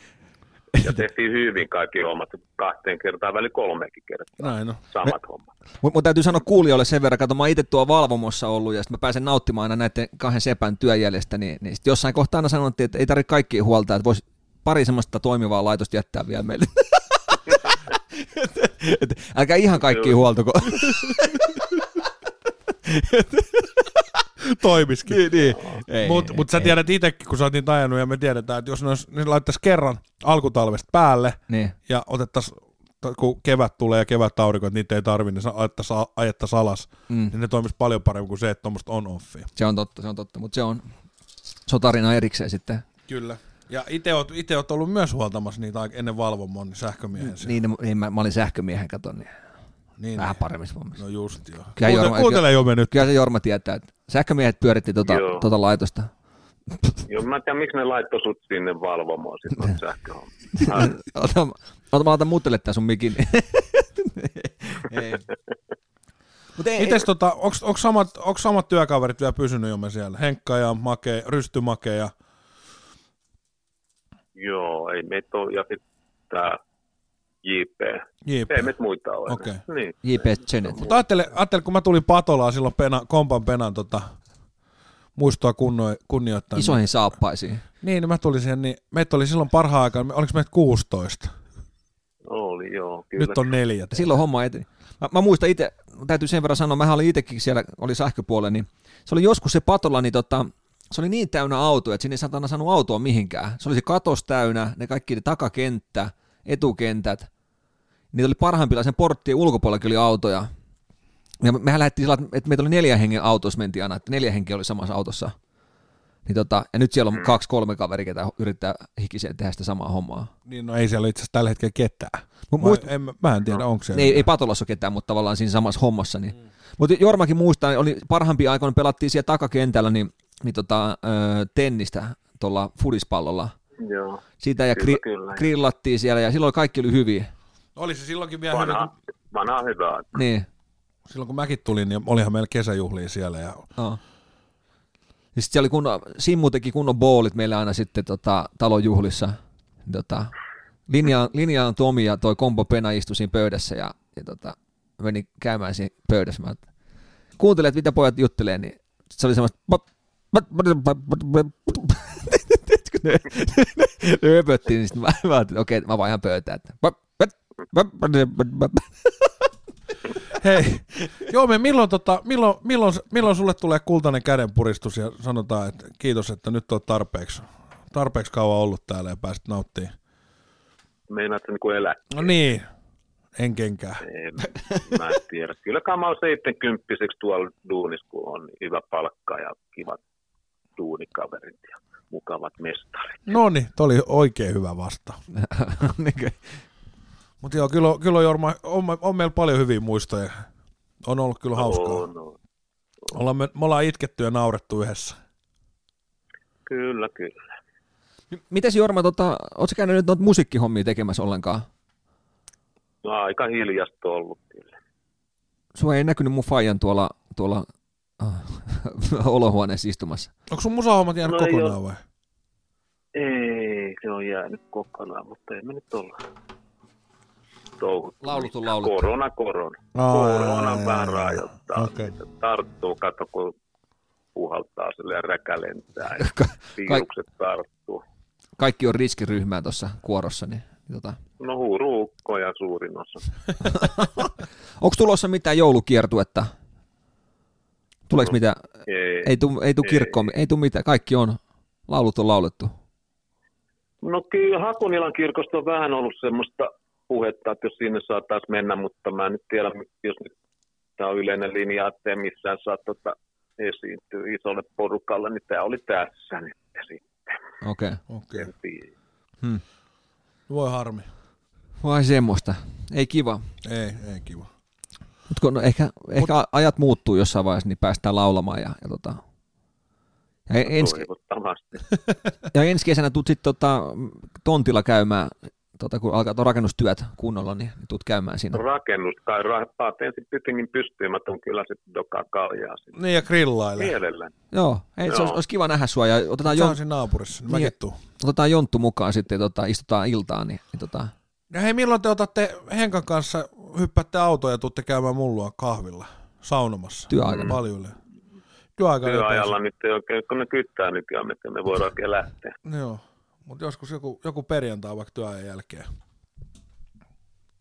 E: Ja tehtiin hyvin kaikki hommat kahteen kertaan, väli kolmeenkin kertaan.
A: Näin on.
E: Samat hommat.
C: Mutta mun täytyy sanoa kuulijoille sen verran, että mä oon itse tuolla valvomossa ollut ja sitten mä pääsen nauttimaan aina näiden kahden sepän työjäljestä, niin, niin sit jossain kohtaa aina sanottiin, että ei tarvitse kaikkia huolta, että voisi pari semmoista toimivaa laitosta jättää vielä meille. et, et, älkää ihan kaikki
E: Joo.
C: huoltako.
A: Toimiskin. Niin, niin.
C: Ei,
A: Mutta
C: ei,
A: mut sä
C: ei.
A: tiedät itsekin, kun sä oot niitä ajanut, ja me tiedetään, että jos ne, olisi- ne laittaisi kerran alkutalvesta päälle,
C: Niin.
A: ja otettaisiin, kun kevät tulee ja kevät aurinko, että niitä ei tarvi, niin ajettaisiin ajettaisi alas,
C: Mm.
A: mm. niin ne toimisi paljon paremmin kuin se, että tuommoista on-offia.
C: Se on totta, se on totta, mutta se on, se on tarina erikseen sitten.
A: Kyllä. Ja itse oot, ite oot ollut myös huoltamassa niitä aik- ennen valvomon niin sähkömiehen. siellä.
C: Niin, niin mä, mä olin sähkömiehen, katon, niin
A: niin,
C: vähän
A: niin.
C: paremmissa hommissa.
A: No just joo.
C: Kyllä
A: Kuuntele,
C: Jorma-
A: kuuntele jo me nyt.
C: Kyllä se Jorma tietää, että sähkömiehet pyöritti tota,
E: No Joo.
C: tota laitosta.
E: Joo, mä en tiedä, miksi ne laittoi sut sinne valvomaan sit noita sähköhommia.
C: Ota, ota, mä otan muutelle tää sun mikin. ei. Mut ei,
A: Mites tota, onks, onks, samat, onks samat työkaverit vielä pysynyt jo me siellä? Henkka ja Make, Rystymake ja...
E: Joo, ei meitä ole. Ja sitten tää JP.
A: JP.
E: Ei meitä muita ole.
A: Okei.
E: Niin.
C: JP Chenet.
A: Mutta ajattele, ajattele, kun mä tulin Patolaan silloin pena, kompan penan tota, muistoa kunno, kunnioittain.
C: Isoihin saappaisiin.
A: Niin, niin mä tulin siihen, niin meitä oli silloin parhaan aikaan, oliko meitä 16?
E: Oli, joo. Kyllä.
A: Kyllä. Nyt on neljä.
C: Silloin homma eteni. Mä, mä muistan itse, täytyy sen verran sanoa, mä olin itsekin siellä, oli sähköpuolella, niin se oli joskus se patolla, niin tota, se oli niin täynnä autoja, että sinne ei satana saanut autoa mihinkään. Se oli se katos täynnä, ne kaikki ne takakenttä, etukentät. Niitä oli parhaimmillaan sen porttien ulkopuolellakin oli autoja. Ja me- mehän lähdettiin sillä, että meitä oli neljä hengen autossa mentiin aina, että neljä henkeä oli samassa autossa. Niin tota, ja nyt siellä on kaksi, kolme kaveri, ketä yrittää hikiseen tehdä sitä samaa hommaa.
A: Niin, no ei siellä ole itse asiassa tällä hetkellä ketään.
C: Mut
A: Mut
C: muist- No.
A: muist... en, mä- mä en tiedä, onko se.
C: Ne Niin, Ei, ei patolassa ole ketään, mutta tavallaan siinä samassa hommassa. Niin. Mm. Mutta Jormakin muistaa, niin oli parhaimpia aikoina pelattiin siellä takakentällä niin, niin tota, ö, tennistä tuolla fudispallolla.
E: Joo.
C: Sitä ja
E: Kyllä,
C: gri-
E: kyllä.
C: grillattiin siellä ja silloin kaikki oli hyviä.
A: Oli se silloinkin vielä hyvä,
E: Vanha,
A: kun,
E: vanha hyvä.
C: Niin.
A: silloin kun mäkin tulin, niin olihan meillä kesäjuhlia siellä. Ja...
C: No. Ja sitten siellä oli kunnon, Simmu teki kunnon boolit meillä aina sitten tota, talonjuhlissa. Tota, linjaan, linjaan Tomi ja toi kompo Pena istui siinä pöydässä ja, ja tota, meni käymään siinä pöydässä. Mä ajattelin, kuuntelet, mitä pojat juttelee, niin se oli semmoista... Tiedätkö, ne, ne, ne höpötti, niin sitten mä, mä ajattelin, okei, okay, mä vaan ihan pöytään. Että, pop, pop, pop, pop, pop, pop.
A: Hei, joo me milloin, tota, milloin, milloin, milloin sulle tulee kultainen kädenpuristus ja sanotaan, että kiitos, että nyt on tarpeeksi, tarpeeksi kauan ollut täällä ja pääsit nauttimaan.
E: Meinaat se niin elää.
A: No niin, en kenkään.
E: En, mä en tiedä. Kyllä kai mä oon 70 tuolla duunissa, kun on hyvä palkka ja kivat duunikaverit ja mukavat mestarit.
A: No niin, toi oli oikein hyvä vasta.
C: Niinkö?
A: Mutta joo, kyllä, on- kyllä on, Jorma, on, on, meillä paljon hyviä muistoja. On ollut kyllä hauskaa.
E: On, on.
A: Ollaan me, me ollaan itketty ja naurettu yhdessä.
E: Kyllä, kyllä.
C: Mites Jorma, tota, ootko käynyt nyt noita musiikkihommia tekemässä ollenkaan?
E: No, aika hiljasta ollut kyllä.
C: Sua ei näkynyt mun faijan tuolla, tuolla äh, olohuoneessa istumassa.
A: Onko sun musahommat jäänyt
E: No ei
A: kokonaan vai?
E: Ei, se on jäänyt kokonaan, mutta ei me nyt olla touhuttu.
C: Laulut on
E: mitään.
C: laulettu.
E: Korona, korona.
A: Aa,
E: korona
A: jaa,
E: vähän
A: jaa,
E: rajoittaa.
A: jaa. Okei.
E: Sitä Tarttuu, kato kun puhaltaa sille ja räkä lentää. Ja
C: Ka-
E: virukset tarttuu.
C: Kaikki on riskiryhmää tuossa kuorossa, niin tota.
E: No huuruukkoja suurin osa.
C: Onko tulossa mitään joulukiertuetta? Tuleeko mitä?
E: Ei.
C: Ei tuu, ei tuu
E: Ei.
C: kirkkoon, ei tuu mitään, kaikki on, laulut on laulettu.
E: No kyllä Hakunilan kirkosta on vähän ollut semmoista puhetta, että jos sinne saataisiin mennä, mutta mä en nyt tiedä, jos nyt tämä on yleinen linja, että ei missään saa tota esiintyä isolle porukalle, niin tämä oli tässä nyt ja sitten.
C: Okei. Okay.
A: Okei. Okay.
E: en tiedä.
A: Voi harmi.
C: Vai semmoista. Ei kiva.
A: Ei, ei kiva.
C: Mutta kun no ehkä, ehkä ajat muuttuu jossain vaiheessa, niin päästään laulamaan ja, ja tota... Ja, ensi,
E: Toivottavasti.
C: ja ensi kesänä tuut sitten tota, tontilla käymään, tota, kun alkaa tuo rakennustyöt kunnolla, niin, niin tuut käymään siinä.
E: Rakennus tai rahat ensin pytingin pystyyn, mä tuun kyllä sitten dokaa kaljaa sitten.
A: Niin ja grillaile.
E: Mielellään.
C: Joo, ei, se
E: Joo.
C: olisi, olisi kiva nähdä sua ja otetaan,
A: Sä
C: jon,
A: on siinä naapurissa, niin
C: Niin.
A: mäkin tuun.
C: otetaan Jonttu mukaan sitten, tota, istutaan iltaan, niin, niin tota,
A: Ja hei, milloin te otatte Henkan kanssa, hyppäätte autoon ja tuutte käymään mullua kahvilla, saunomassa?
C: Työaikana.
A: Paljuille. Työaikana.
E: Työajalla nyt ei oikein, kun ne kyttää nykyään, että me voidaan oikein lähteä.
A: jopa- Joo. Mutta joskus joku, joku perjantai vaikka työajan jälkeen.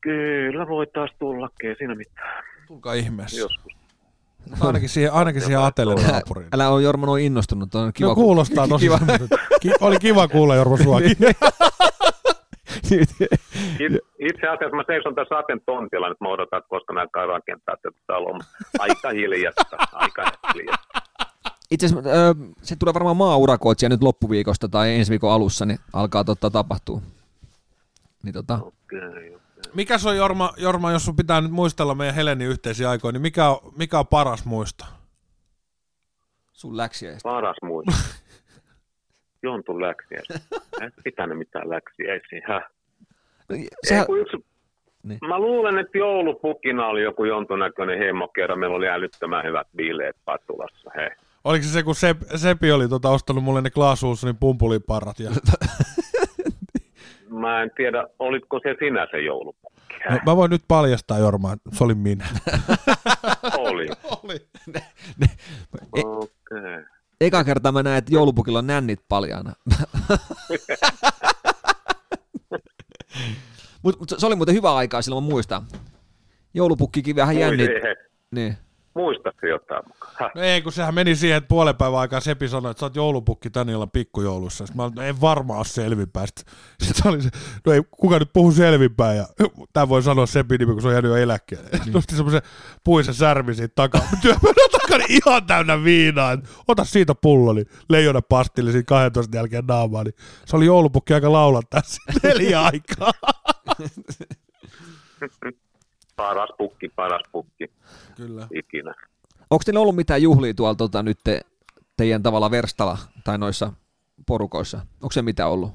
E: Kyllä voi taas tullakin, ei siinä mitään.
A: Tulkaa ihmeessä.
E: Joskus.
A: Mut Ainakin siihen, ainakin siihen atelle naapuriin.
C: älä ole Jorma noin innostunut, on kiva.
A: No kuulostaa tosi
C: kiva. Niin.
A: semmoiselta. Ki- oli kiva kuulla Jorma suakin.
E: It- Itse asiassa mä seison tässä Aten tontilla, nyt mä odotan, että koska nämä kai rakentaa tätä taloa. mutta Aika hiljasta, aika hiljasta.
C: Itse asiassa öö, se tulee varmaan maaurakoitsija nyt loppuviikosta tai ensi viikon alussa, niin alkaa totta tapahtua. Niin tota,
E: Okei, okei.
A: Mikä se on Jorma, Jorma, jos sun pitää nyt muistella meidän Helenin yhteisiä aikoja, niin mikä on, mikä on paras muisto?
C: sun läksiä.
E: Paras muisto. Jontun läksiä. Et pitänyt mitään läksiä esiin. Häh?
C: Sehän,
E: Ei, kun yksi...
C: Niin.
E: niin. Mä luulen, että joulupukina oli joku jontunnäköinen hemmokerran. Meillä oli älyttömän hyvät bileet Patulassa. He.
A: Oliko se se, kun Sep, Sepi oli tota, ostanut mulle ne Klaas Olssonin pumpuliparrat? Ja...
E: Mä en tiedä, olitko se sinä se joulupukki.
A: No, mä voin nyt paljastaa Jorma, että se oli minä.
E: Oli.
A: oli.
C: E-
E: Okei.
C: eka kerta mä näen, että joulupukilla on nännit paljaana. Mutta mut se- se oli muuten hyvä aikaa silloin, mä muistan. Joulupukkikin vähän jännit.
E: Muista-
C: Niin.
E: Muistatko jotain mukaan? Häh?
A: No ei, kun sehän meni siihen, että puolen päivän aikaa Sepi sanoi, että sä oot joulupukki tän illan pikkujoulussa. Sitten mä olin, no en varmaan ole selvinpäin. Sitten sit oli se, no ei kuka nyt puhu selvinpäin. Ja tää voi sanoa Sepi nimi, kun se on jäänyt jo eläkkeelle. Mm. Nosti semmoisen puisen särmi siitä takaa. Työpöydän takana ihan täynnä viinaa. Et Ota siitä pullo, niin leijona pastilli siitä 12 jälkeen naamaa. Niin se oli joulupukki aika laulaa tässä neljä aikaa.
E: Paras pukki, paras pukki
A: Kyllä.
E: ikinä.
C: Onko teillä ollut mitään juhlia tuolla tota, nyt te, teidän tavalla verstalla tai noissa porukoissa? Onko se mitä ollut?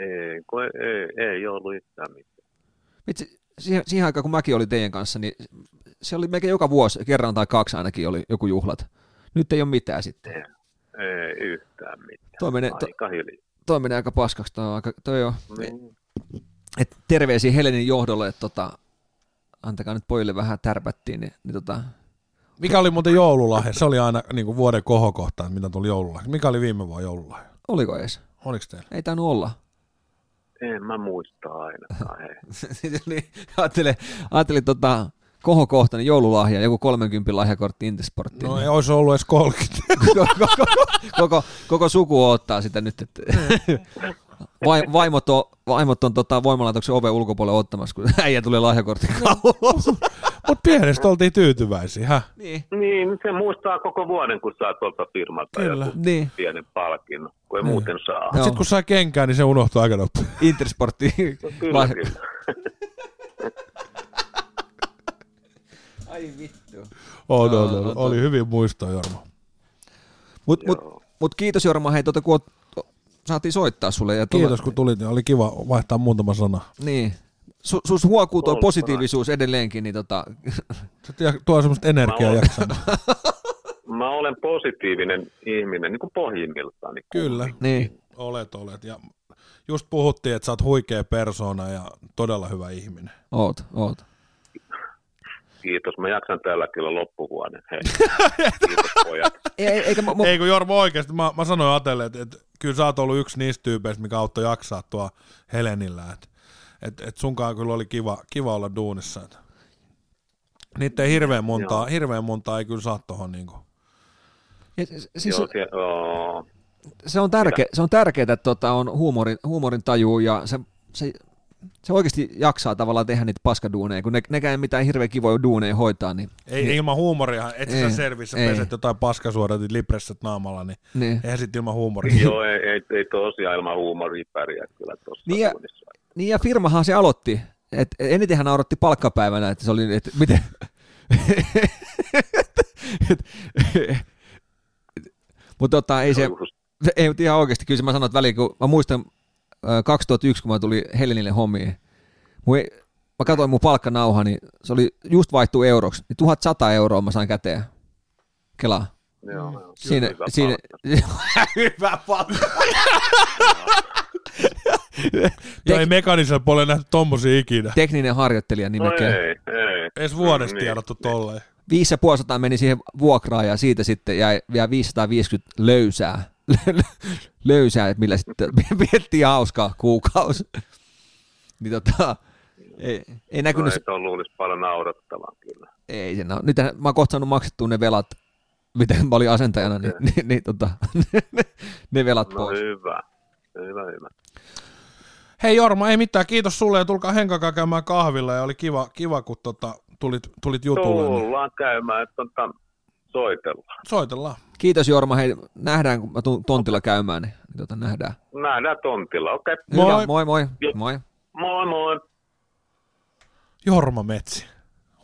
E: Ei, kun ei, ei, ei ollut yhtään mitään.
C: Vitsi, siihen, siihen aikaan, kun mäkin olin teidän kanssa, niin se oli melkein joka vuosi, kerran tai kaksi ainakin oli joku juhlat. Nyt ei ole mitään sitten.
E: Ei yhtään mitään.
C: Toi menee, to,
E: Aika hiljaa.
C: toi menee aika paskaksi. Toi on aika, toi on,
E: Niin.
C: et terveisiä Helenin johdolle, että tota, antakaa nyt pojille vähän tärpättiin. Niin, niin tota,
A: Mikä oli niinku, muuten joululahja? Se oli aina niin kuin vuoden kohokohta, että mitä tuli joululahja. Mikä oli viime vuonna joululahja?
C: oliko edes?
A: Oliko teillä?
C: Ei tainnut olla.
E: En mä muista ainakaan. Hei.
C: Sitten oli- ajattelin, ajattelin Niin, tota, kohokohtainen joululahja, joku 30 lahjakortti Intersporttiin.
A: No ei olisi ollut edes 30.
C: koko, koko, koko, koko suku ottaa sitä nyt. Että vai, vaimot on, vaimot on tota, voimalaitoksen oven ulkopuolelle ottamassa, kun äijä tulee lahjakortti kaulaan.
A: Mutta pienestä oltiin tyytyväisiä. Häh?
C: niin.
E: Niin, se muistaa koko vuoden, kun saa tuolta firmalta
A: Kyllä.
E: joku
C: Niin.
E: pienen palkinnon, kun ei muuten saa.
C: Joo.
A: Sitten kun sai kenkään, niin se unohtui aika nopeasti.
C: Intersportti.
E: No, Kyllä, kyllä.
C: Ai vittu.
A: On,
C: Joo,
A: on, on.
C: on
A: no, Oli hyvin muistoa, Jorma.
C: Mut, mut,
E: Joo.
C: mut kiitos Jorma, hei tota, kun oot, saatiin soittaa sulle. Ja
A: Kiitos kun tulit, niin oli kiva vaihtaa muutama sana.
C: Niin. Su, sus huokuu tuo
E: Olkaa.
C: positiivisuus edelleenkin, niin tota,
A: Se tie- tuo semmoista energiaa
E: Mä oon-
A: jaksaa.
E: Mä olen positiivinen ihminen, niin kuin pohjimmiltaan. Niin
A: Kyllä,
C: niin.
A: olet, olet. Ja just puhuttiin, että sä oot huikea persoona ja todella hyvä ihminen.
C: Oot, oot.
E: Kiitos, mä jaksan tällä kyllä loppuvuoden. Hei. Kiitos pojat.
C: Ei, ei- eikä, mä, mä,
A: Ei kun Jorma oikeasti, mä, mä sanoin Atelle, että, että kyllä sä oot ollut yksi niistä tyypeistä, mikä auttoi jaksaa tuo Helenillä. Että et, et sunkaan kyllä oli kiva, kiva olla duunissa. Et. Niitä ei hirveän montaa, hirveän montaa ei kyllä saa tuohon niinku.
C: ja s- siis,
E: Joo, se, joo.
C: se on, tärke, se on tärkeää, että tota, on huumorin, huumorin taju ja se, se, se oikeasti jaksaa tavallaan tehdä niitä paskaduuneja, kun ne, nekään ei mitään hirveän kivoja duuneja hoitaa. Niin,
A: Ei, niin. ilman huumoria, et sä
C: Ei,
A: servissä
C: ei.
A: peset jotain paskasuodatit lipresset naamalla, niin
C: niin.
A: eihän sit ilman huumoria.
E: joo ei, ei, ei tosiaan ilman huumoria pärjää kyllä tuossa
C: Niin ja-
E: duunissa.
C: niin ja firmahan se aloitti. Et enitenhän nauratti palkkapäivänä, että se oli, että miten... et, mutta tota, ei se,
E: Just-
C: ei, mutta ihan oikeasti, kyllä se mä sanon, että väliin, kun mä muistan ö, 2001, kun mä tulin Helenille hommiin, mun ei, mä katsoin mun palkkanauha, niin se oli just vaihtuu euroksi, niin 1100 euroa mä sain käteen. Kelaa.
E: Joo, joo.
C: Siinä,
E: Mm, Hyvä
C: siinä,
E: palkka.
C: hyvä palkka.
A: Joo, ei mekanisella puolella nähty tommosia ikinä.
C: Tekninen harjoittelija
E: No
C: nimekään.
E: ei, ei.
A: Edes vuodessa
E: Niin,
A: tiedottu tolleen.
C: 5500 meni siihen vuokraan ja siitä sitten jäi vielä 550 löysää, löysää että millä sitten piettiin hauskaa kuukausi. Niin tota, ei, ei
E: No,
C: näkynyt,
E: ei se on luulisi paljon naurattavan kyllä.
C: ei sen ole. Nythän mä oon kohta saanut maksettua ne velat, miten mä olin asentajana, niin, niin, niin tota, ne velat
E: No
C: pois.
E: hyvä, hyvä, hyvä.
A: Hei Jorma, ei mitään, kiitos sulle ja tulkaa Henkakaan käymään kahvilla ja oli kiva, kiva kun tota, tulit, tulit jutulle. Niin
E: Tullaan käymään, että tota, soitellaan.
A: soitellaan.
C: Kiitos Jorma, hei, nähdään kun mä tuun tontilla käymään, niin, niin tota, nähdään.
E: Nähdään tontilla, okei. Okay.
A: Moi.
C: Hyvä, moi moi, moi.
E: Moi moi.
A: Jorma Metsi,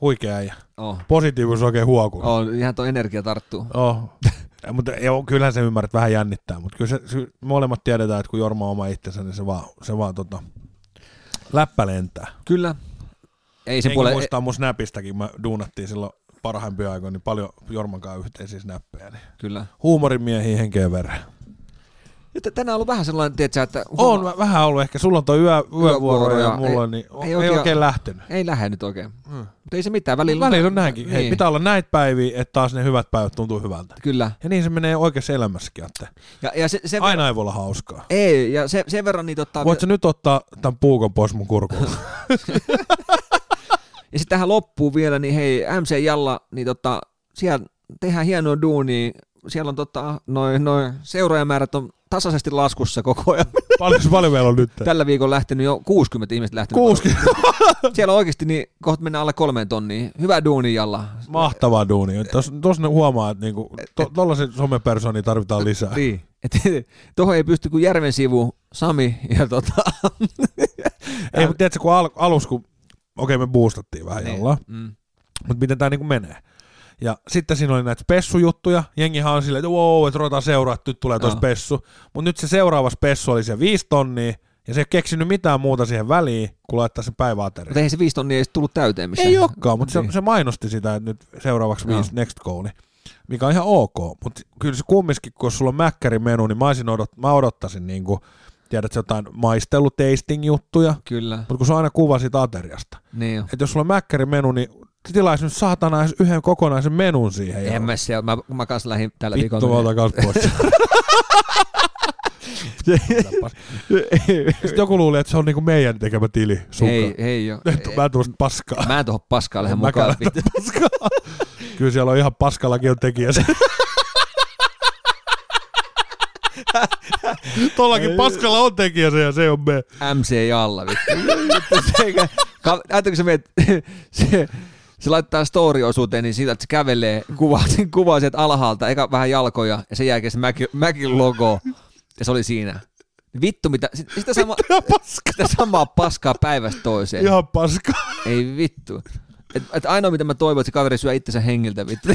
A: huikea äijä.
C: Oh.
A: Positiivisuus oikein huokuu.
C: Oh, ihan tuo energia tarttuu.
A: Oh. mutta joo, kyllähän se ymmärrät, että vähän jännittää, mutta kyllä se, se, molemmat tiedetään, että kun Jorma on oma itsensä, niin se vaan, se vaan tota, läppä lentää.
C: Kyllä. Ei se
A: Sen
C: puole,
A: puolen... muistaa mun Snapistakin, mä duunattiin silloin parhaimpia aikoina, niin paljon Jormankaan yhteisiä snappeja. Niin.
C: Kyllä.
A: Huumorin miehiä henkeen verran.
C: Nyt tänään on ollut vähän sellainen, tiedätkö, että
A: On mä vähän ollut ehkä, sulla on toi yö, yövuoro ja
C: Yövuoroja,
A: mulla
C: ei-
A: ei, niin,
C: ei
A: ei, ei
C: oikein-
A: oikein lähtenyt.
C: ei lähde nyt oikein. Mm. Mutta ei se mitään, välillä,
A: Välillä on näinkin. Hei,
C: Niin.
A: pitää olla näitä päiviä, että taas ne hyvät päivät tuntuu hyvältä.
C: Kyllä.
A: Ja niin se menee oikeassa elämässäkin, että
C: Ja, ja se, se,
A: aina ei voi olla hauskaa.
C: Ei, ja se, sen verran niin ottaa...
A: Voit sä nyt ottaa tämän puukon pois mun kurkulla?
C: Ja sitten tähän loppuun vielä, niin hei, MC Jalla, niin tota, siellä tehdään hienoa duunia. Siellä on tota, noin noi seuraajamäärät on tasaisesti laskussa koko ajan.
A: paljon, paljon meillä on nyt?
C: Tällä viikolla lähtenyt jo 60 ihmistä lähtenyt.
A: 60.
C: Siellä on oikeasti niin kohta mennään alle kolmeen tonniin. Hyvä duuni Jalla.
A: Mahtavaa duunia. Tuossa tos ne huomaa, että niinku, to, tollaisen somepersoonia tarvitaan lisää.
C: Niin. Et, tohon ei pysty kuin Järven sivu, Sami ja tota...
A: Ei, mutta tiedätkö, kun al- alus, kun, okei me boostattiin vähän niin. jollain,
C: Mm.
A: mutta miten tämä niinku menee. Ja sitten siinä oli näitä spessujuttuja. Jengihan on silleen, että wow, että ruvetaan seuraa, että nyt tulee tuossa
C: Joo.
A: pessu. Mutta nyt se seuraava spessu oli se viisi tonnia, ja se ei ole keksinyt mitään muuta siihen väliin, kun laittaa sen päiväateriin.
C: Mutta eihän se viisi tonnia edes tullut täyteen missään.
A: Ei olekaan, mutta
C: Niin.
A: se, se mainosti sitä, että nyt seuraavaksi
C: Joo.
A: viisi next goal, niin, mikä on ihan ok. Mutta kyllä se kumminkin, kun jos sulla on mäkkärimenu, niin mä, olisin odot, mä odottaisin niin kuin, tiedät, jotain maistelutasting-juttuja,
C: Kyllä,
A: mutta kun se on aina kuva siitä ateriasta.
C: niin jo.
A: Että jos sulla on mäkkärimenu, niin tilaisi nyt saatana edes yhden kokonaisen menun siihen.
C: En mä se, mä, mä kans lähdin tällä
A: Vittu, mä
C: viikolla.
A: otan kanssa pois. Sitten joku luulee, että se on niinku meidän tekemä tili sun
C: ei,
A: kanssa.
C: ei joo.
A: Nyt Mä en tuosta paskaa.
C: Mä en tohon paskaa lähde
A: En
C: mukaan.
A: mäkään lähde paskaa. Kyllä siellä on ihan paskallakin on tekijänsä. Tuollakin paskalla on tekijänsä ja se on me.
C: MC Jalla, vittu. Eikä- ka- Ajatteliko sä meet, se, se laittaa story-osuuteen niin siitä, että se kävelee, kuvaa, kuvaa sieltä alhaalta, eka vähän jalkoja ja sen jälkeen se Mäkin, Mäkin logo. Ja se oli siinä. Vittu mitä, sit- sitä, sama, sitä samaa paskaa päivästä toiseen.
A: Ihan paskaa.
C: Ei vittu. Et, et ainoa mitä mä toivon, että se kaveri syö itsensä hengiltä vittu.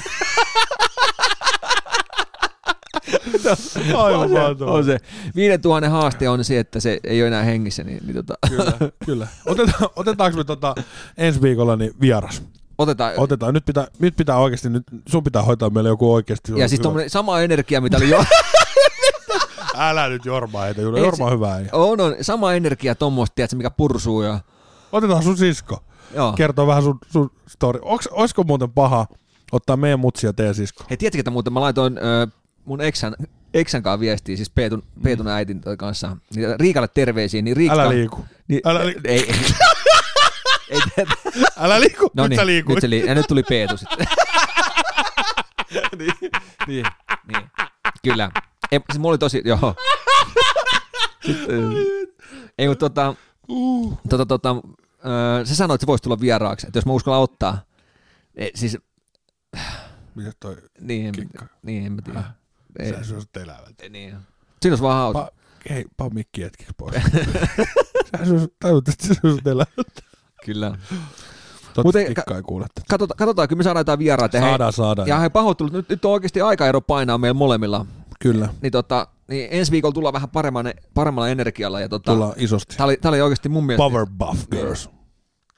A: Aivan
C: on
A: mahtavaa.
C: se. 5000 haaste on se, että se ei ole enää hengissä, niin, niin tota,
A: Kyllä, kyllä. Otetaan, otetaanko me tota ensi viikolla niin vieras?
C: otetaan.
A: Otetaan. Nyt pitää, nyt pitää oikeasti, nyt sun pitää hoitaa meille joku oikeasti.
C: ja siis
A: hyvä.
C: tommonen sama energia, mitä oli jo.
A: Älä nyt Jorma etä.
C: Ei
A: Jorma on
C: se-
A: hyvä äijä.
C: on, on, sama energia tommoista, tiedätkö, mikä pursuu ja...
A: Otetaan sun sisko.
C: Joo.
A: Kertoo vähän sun, sun story. Onks, olisiko muuten paha ottaa meidän mutsi ja teidän sisko?
C: Hei, tiedätkö, että muuten mä laitoin ö, mun eksän, eksän kanssa viestiä, siis Peetun, Peetun äitin toi kanssa, niin Riikalle terveisiä, niin Riikka...
A: Mm. Älä liiku.
C: Niin,
A: Älä liiku.
C: Ei, ei. ei tiedä.
A: Älä liiku,
C: No
A: nyt
C: niin,
A: sä liikuit.
C: Nyt se liik- ja nyt tuli Peetu sitten. niin, niin, niin. Kyllä. Ei, siis mulla oli tosi, joo. Sitten, ei, mutta tota,
A: Uh.
C: tota, tota, öö, se sanoi, että se voisi tulla vieraaksi, että jos mä uskallan ottaa. E, siis,
A: Mikä toi?
C: niin,
A: Kikka. Äh,
C: niin, en mä tiedä. Ei,
A: Sä syösit elävältä.
C: ei, niin. Siinä olisi vaan hauska.
A: Pa, hei, paa mikki hetkeksi pois. sä syösit, tajut, että sä syösit elävältä.
C: Kyllä. Mut ei-
A: Toivottavasti kikkaa ei kuule tätä.
C: Katsotaan, katsotaan, kyllä me saadaan jotain vieraita.
A: Saadaan, saadaan.
C: Ja hei, pahoittelut, nyt, nyt on oikeasti aikaero painaa meillä molemmilla.
A: Kyllä,
C: Niin, tota, niin ensi viikolla tullaan vähän paremmalla, paremmalla energialla. Ja tota,
A: tullaan isosti.
C: Tää oli, tää oli oikeesti mun mielestä...
A: Power Buff Girls.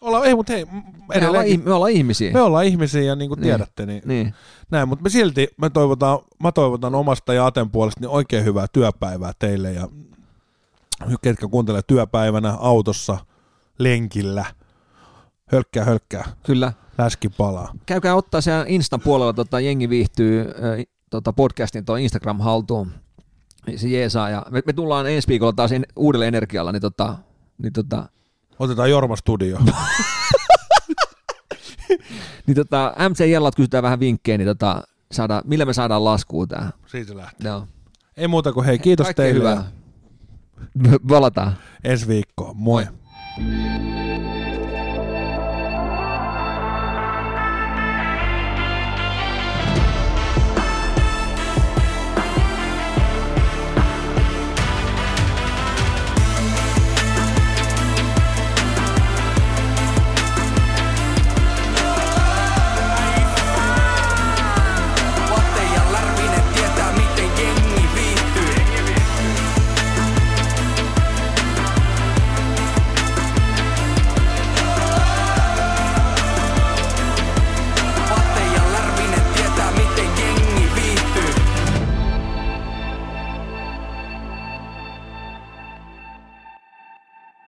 A: Ollaan, ei, mutta hei, m-
C: Niin. Me ollaan,
A: edelleenkin-
C: ih- me ollaan ihmisiä.
A: me ollaan ihmisiä ja niin kuin
C: Niin.
A: tiedätte, niin,
C: Niin.
A: näin, mutta me silti, me toivotaan, mä toivotan omasta ja Aten puolesta niin oikein hyvää työpäivää teille ja ketkä kuuntelee työpäivänä autossa, lenkillä, hölkkää, hölkkää,
C: Kyllä.
A: läski palaa.
C: Käykää ottaa siellä Instan puolella, tota, jengi viihtyy ö, i- tota, podcastin tuon Instagram-haltuun. Se jeesaa. Ja me, me tullaan ensi viikolla taas en, uudella energialla, niin tota, niin tota,
A: Otetaan Jorma studio.
C: niin tota, MC Jellat kysytään vähän vinkkejä, niin tota, saada, millä me saadaan laskua tää.
A: Siitä se lähtee.
C: No.
A: Ei muuta kuin hei, kiitos
C: Kaikkea
A: teille. ja
C: hyvää. Palataan.
A: Ensi viikkoon. Moi. Moi.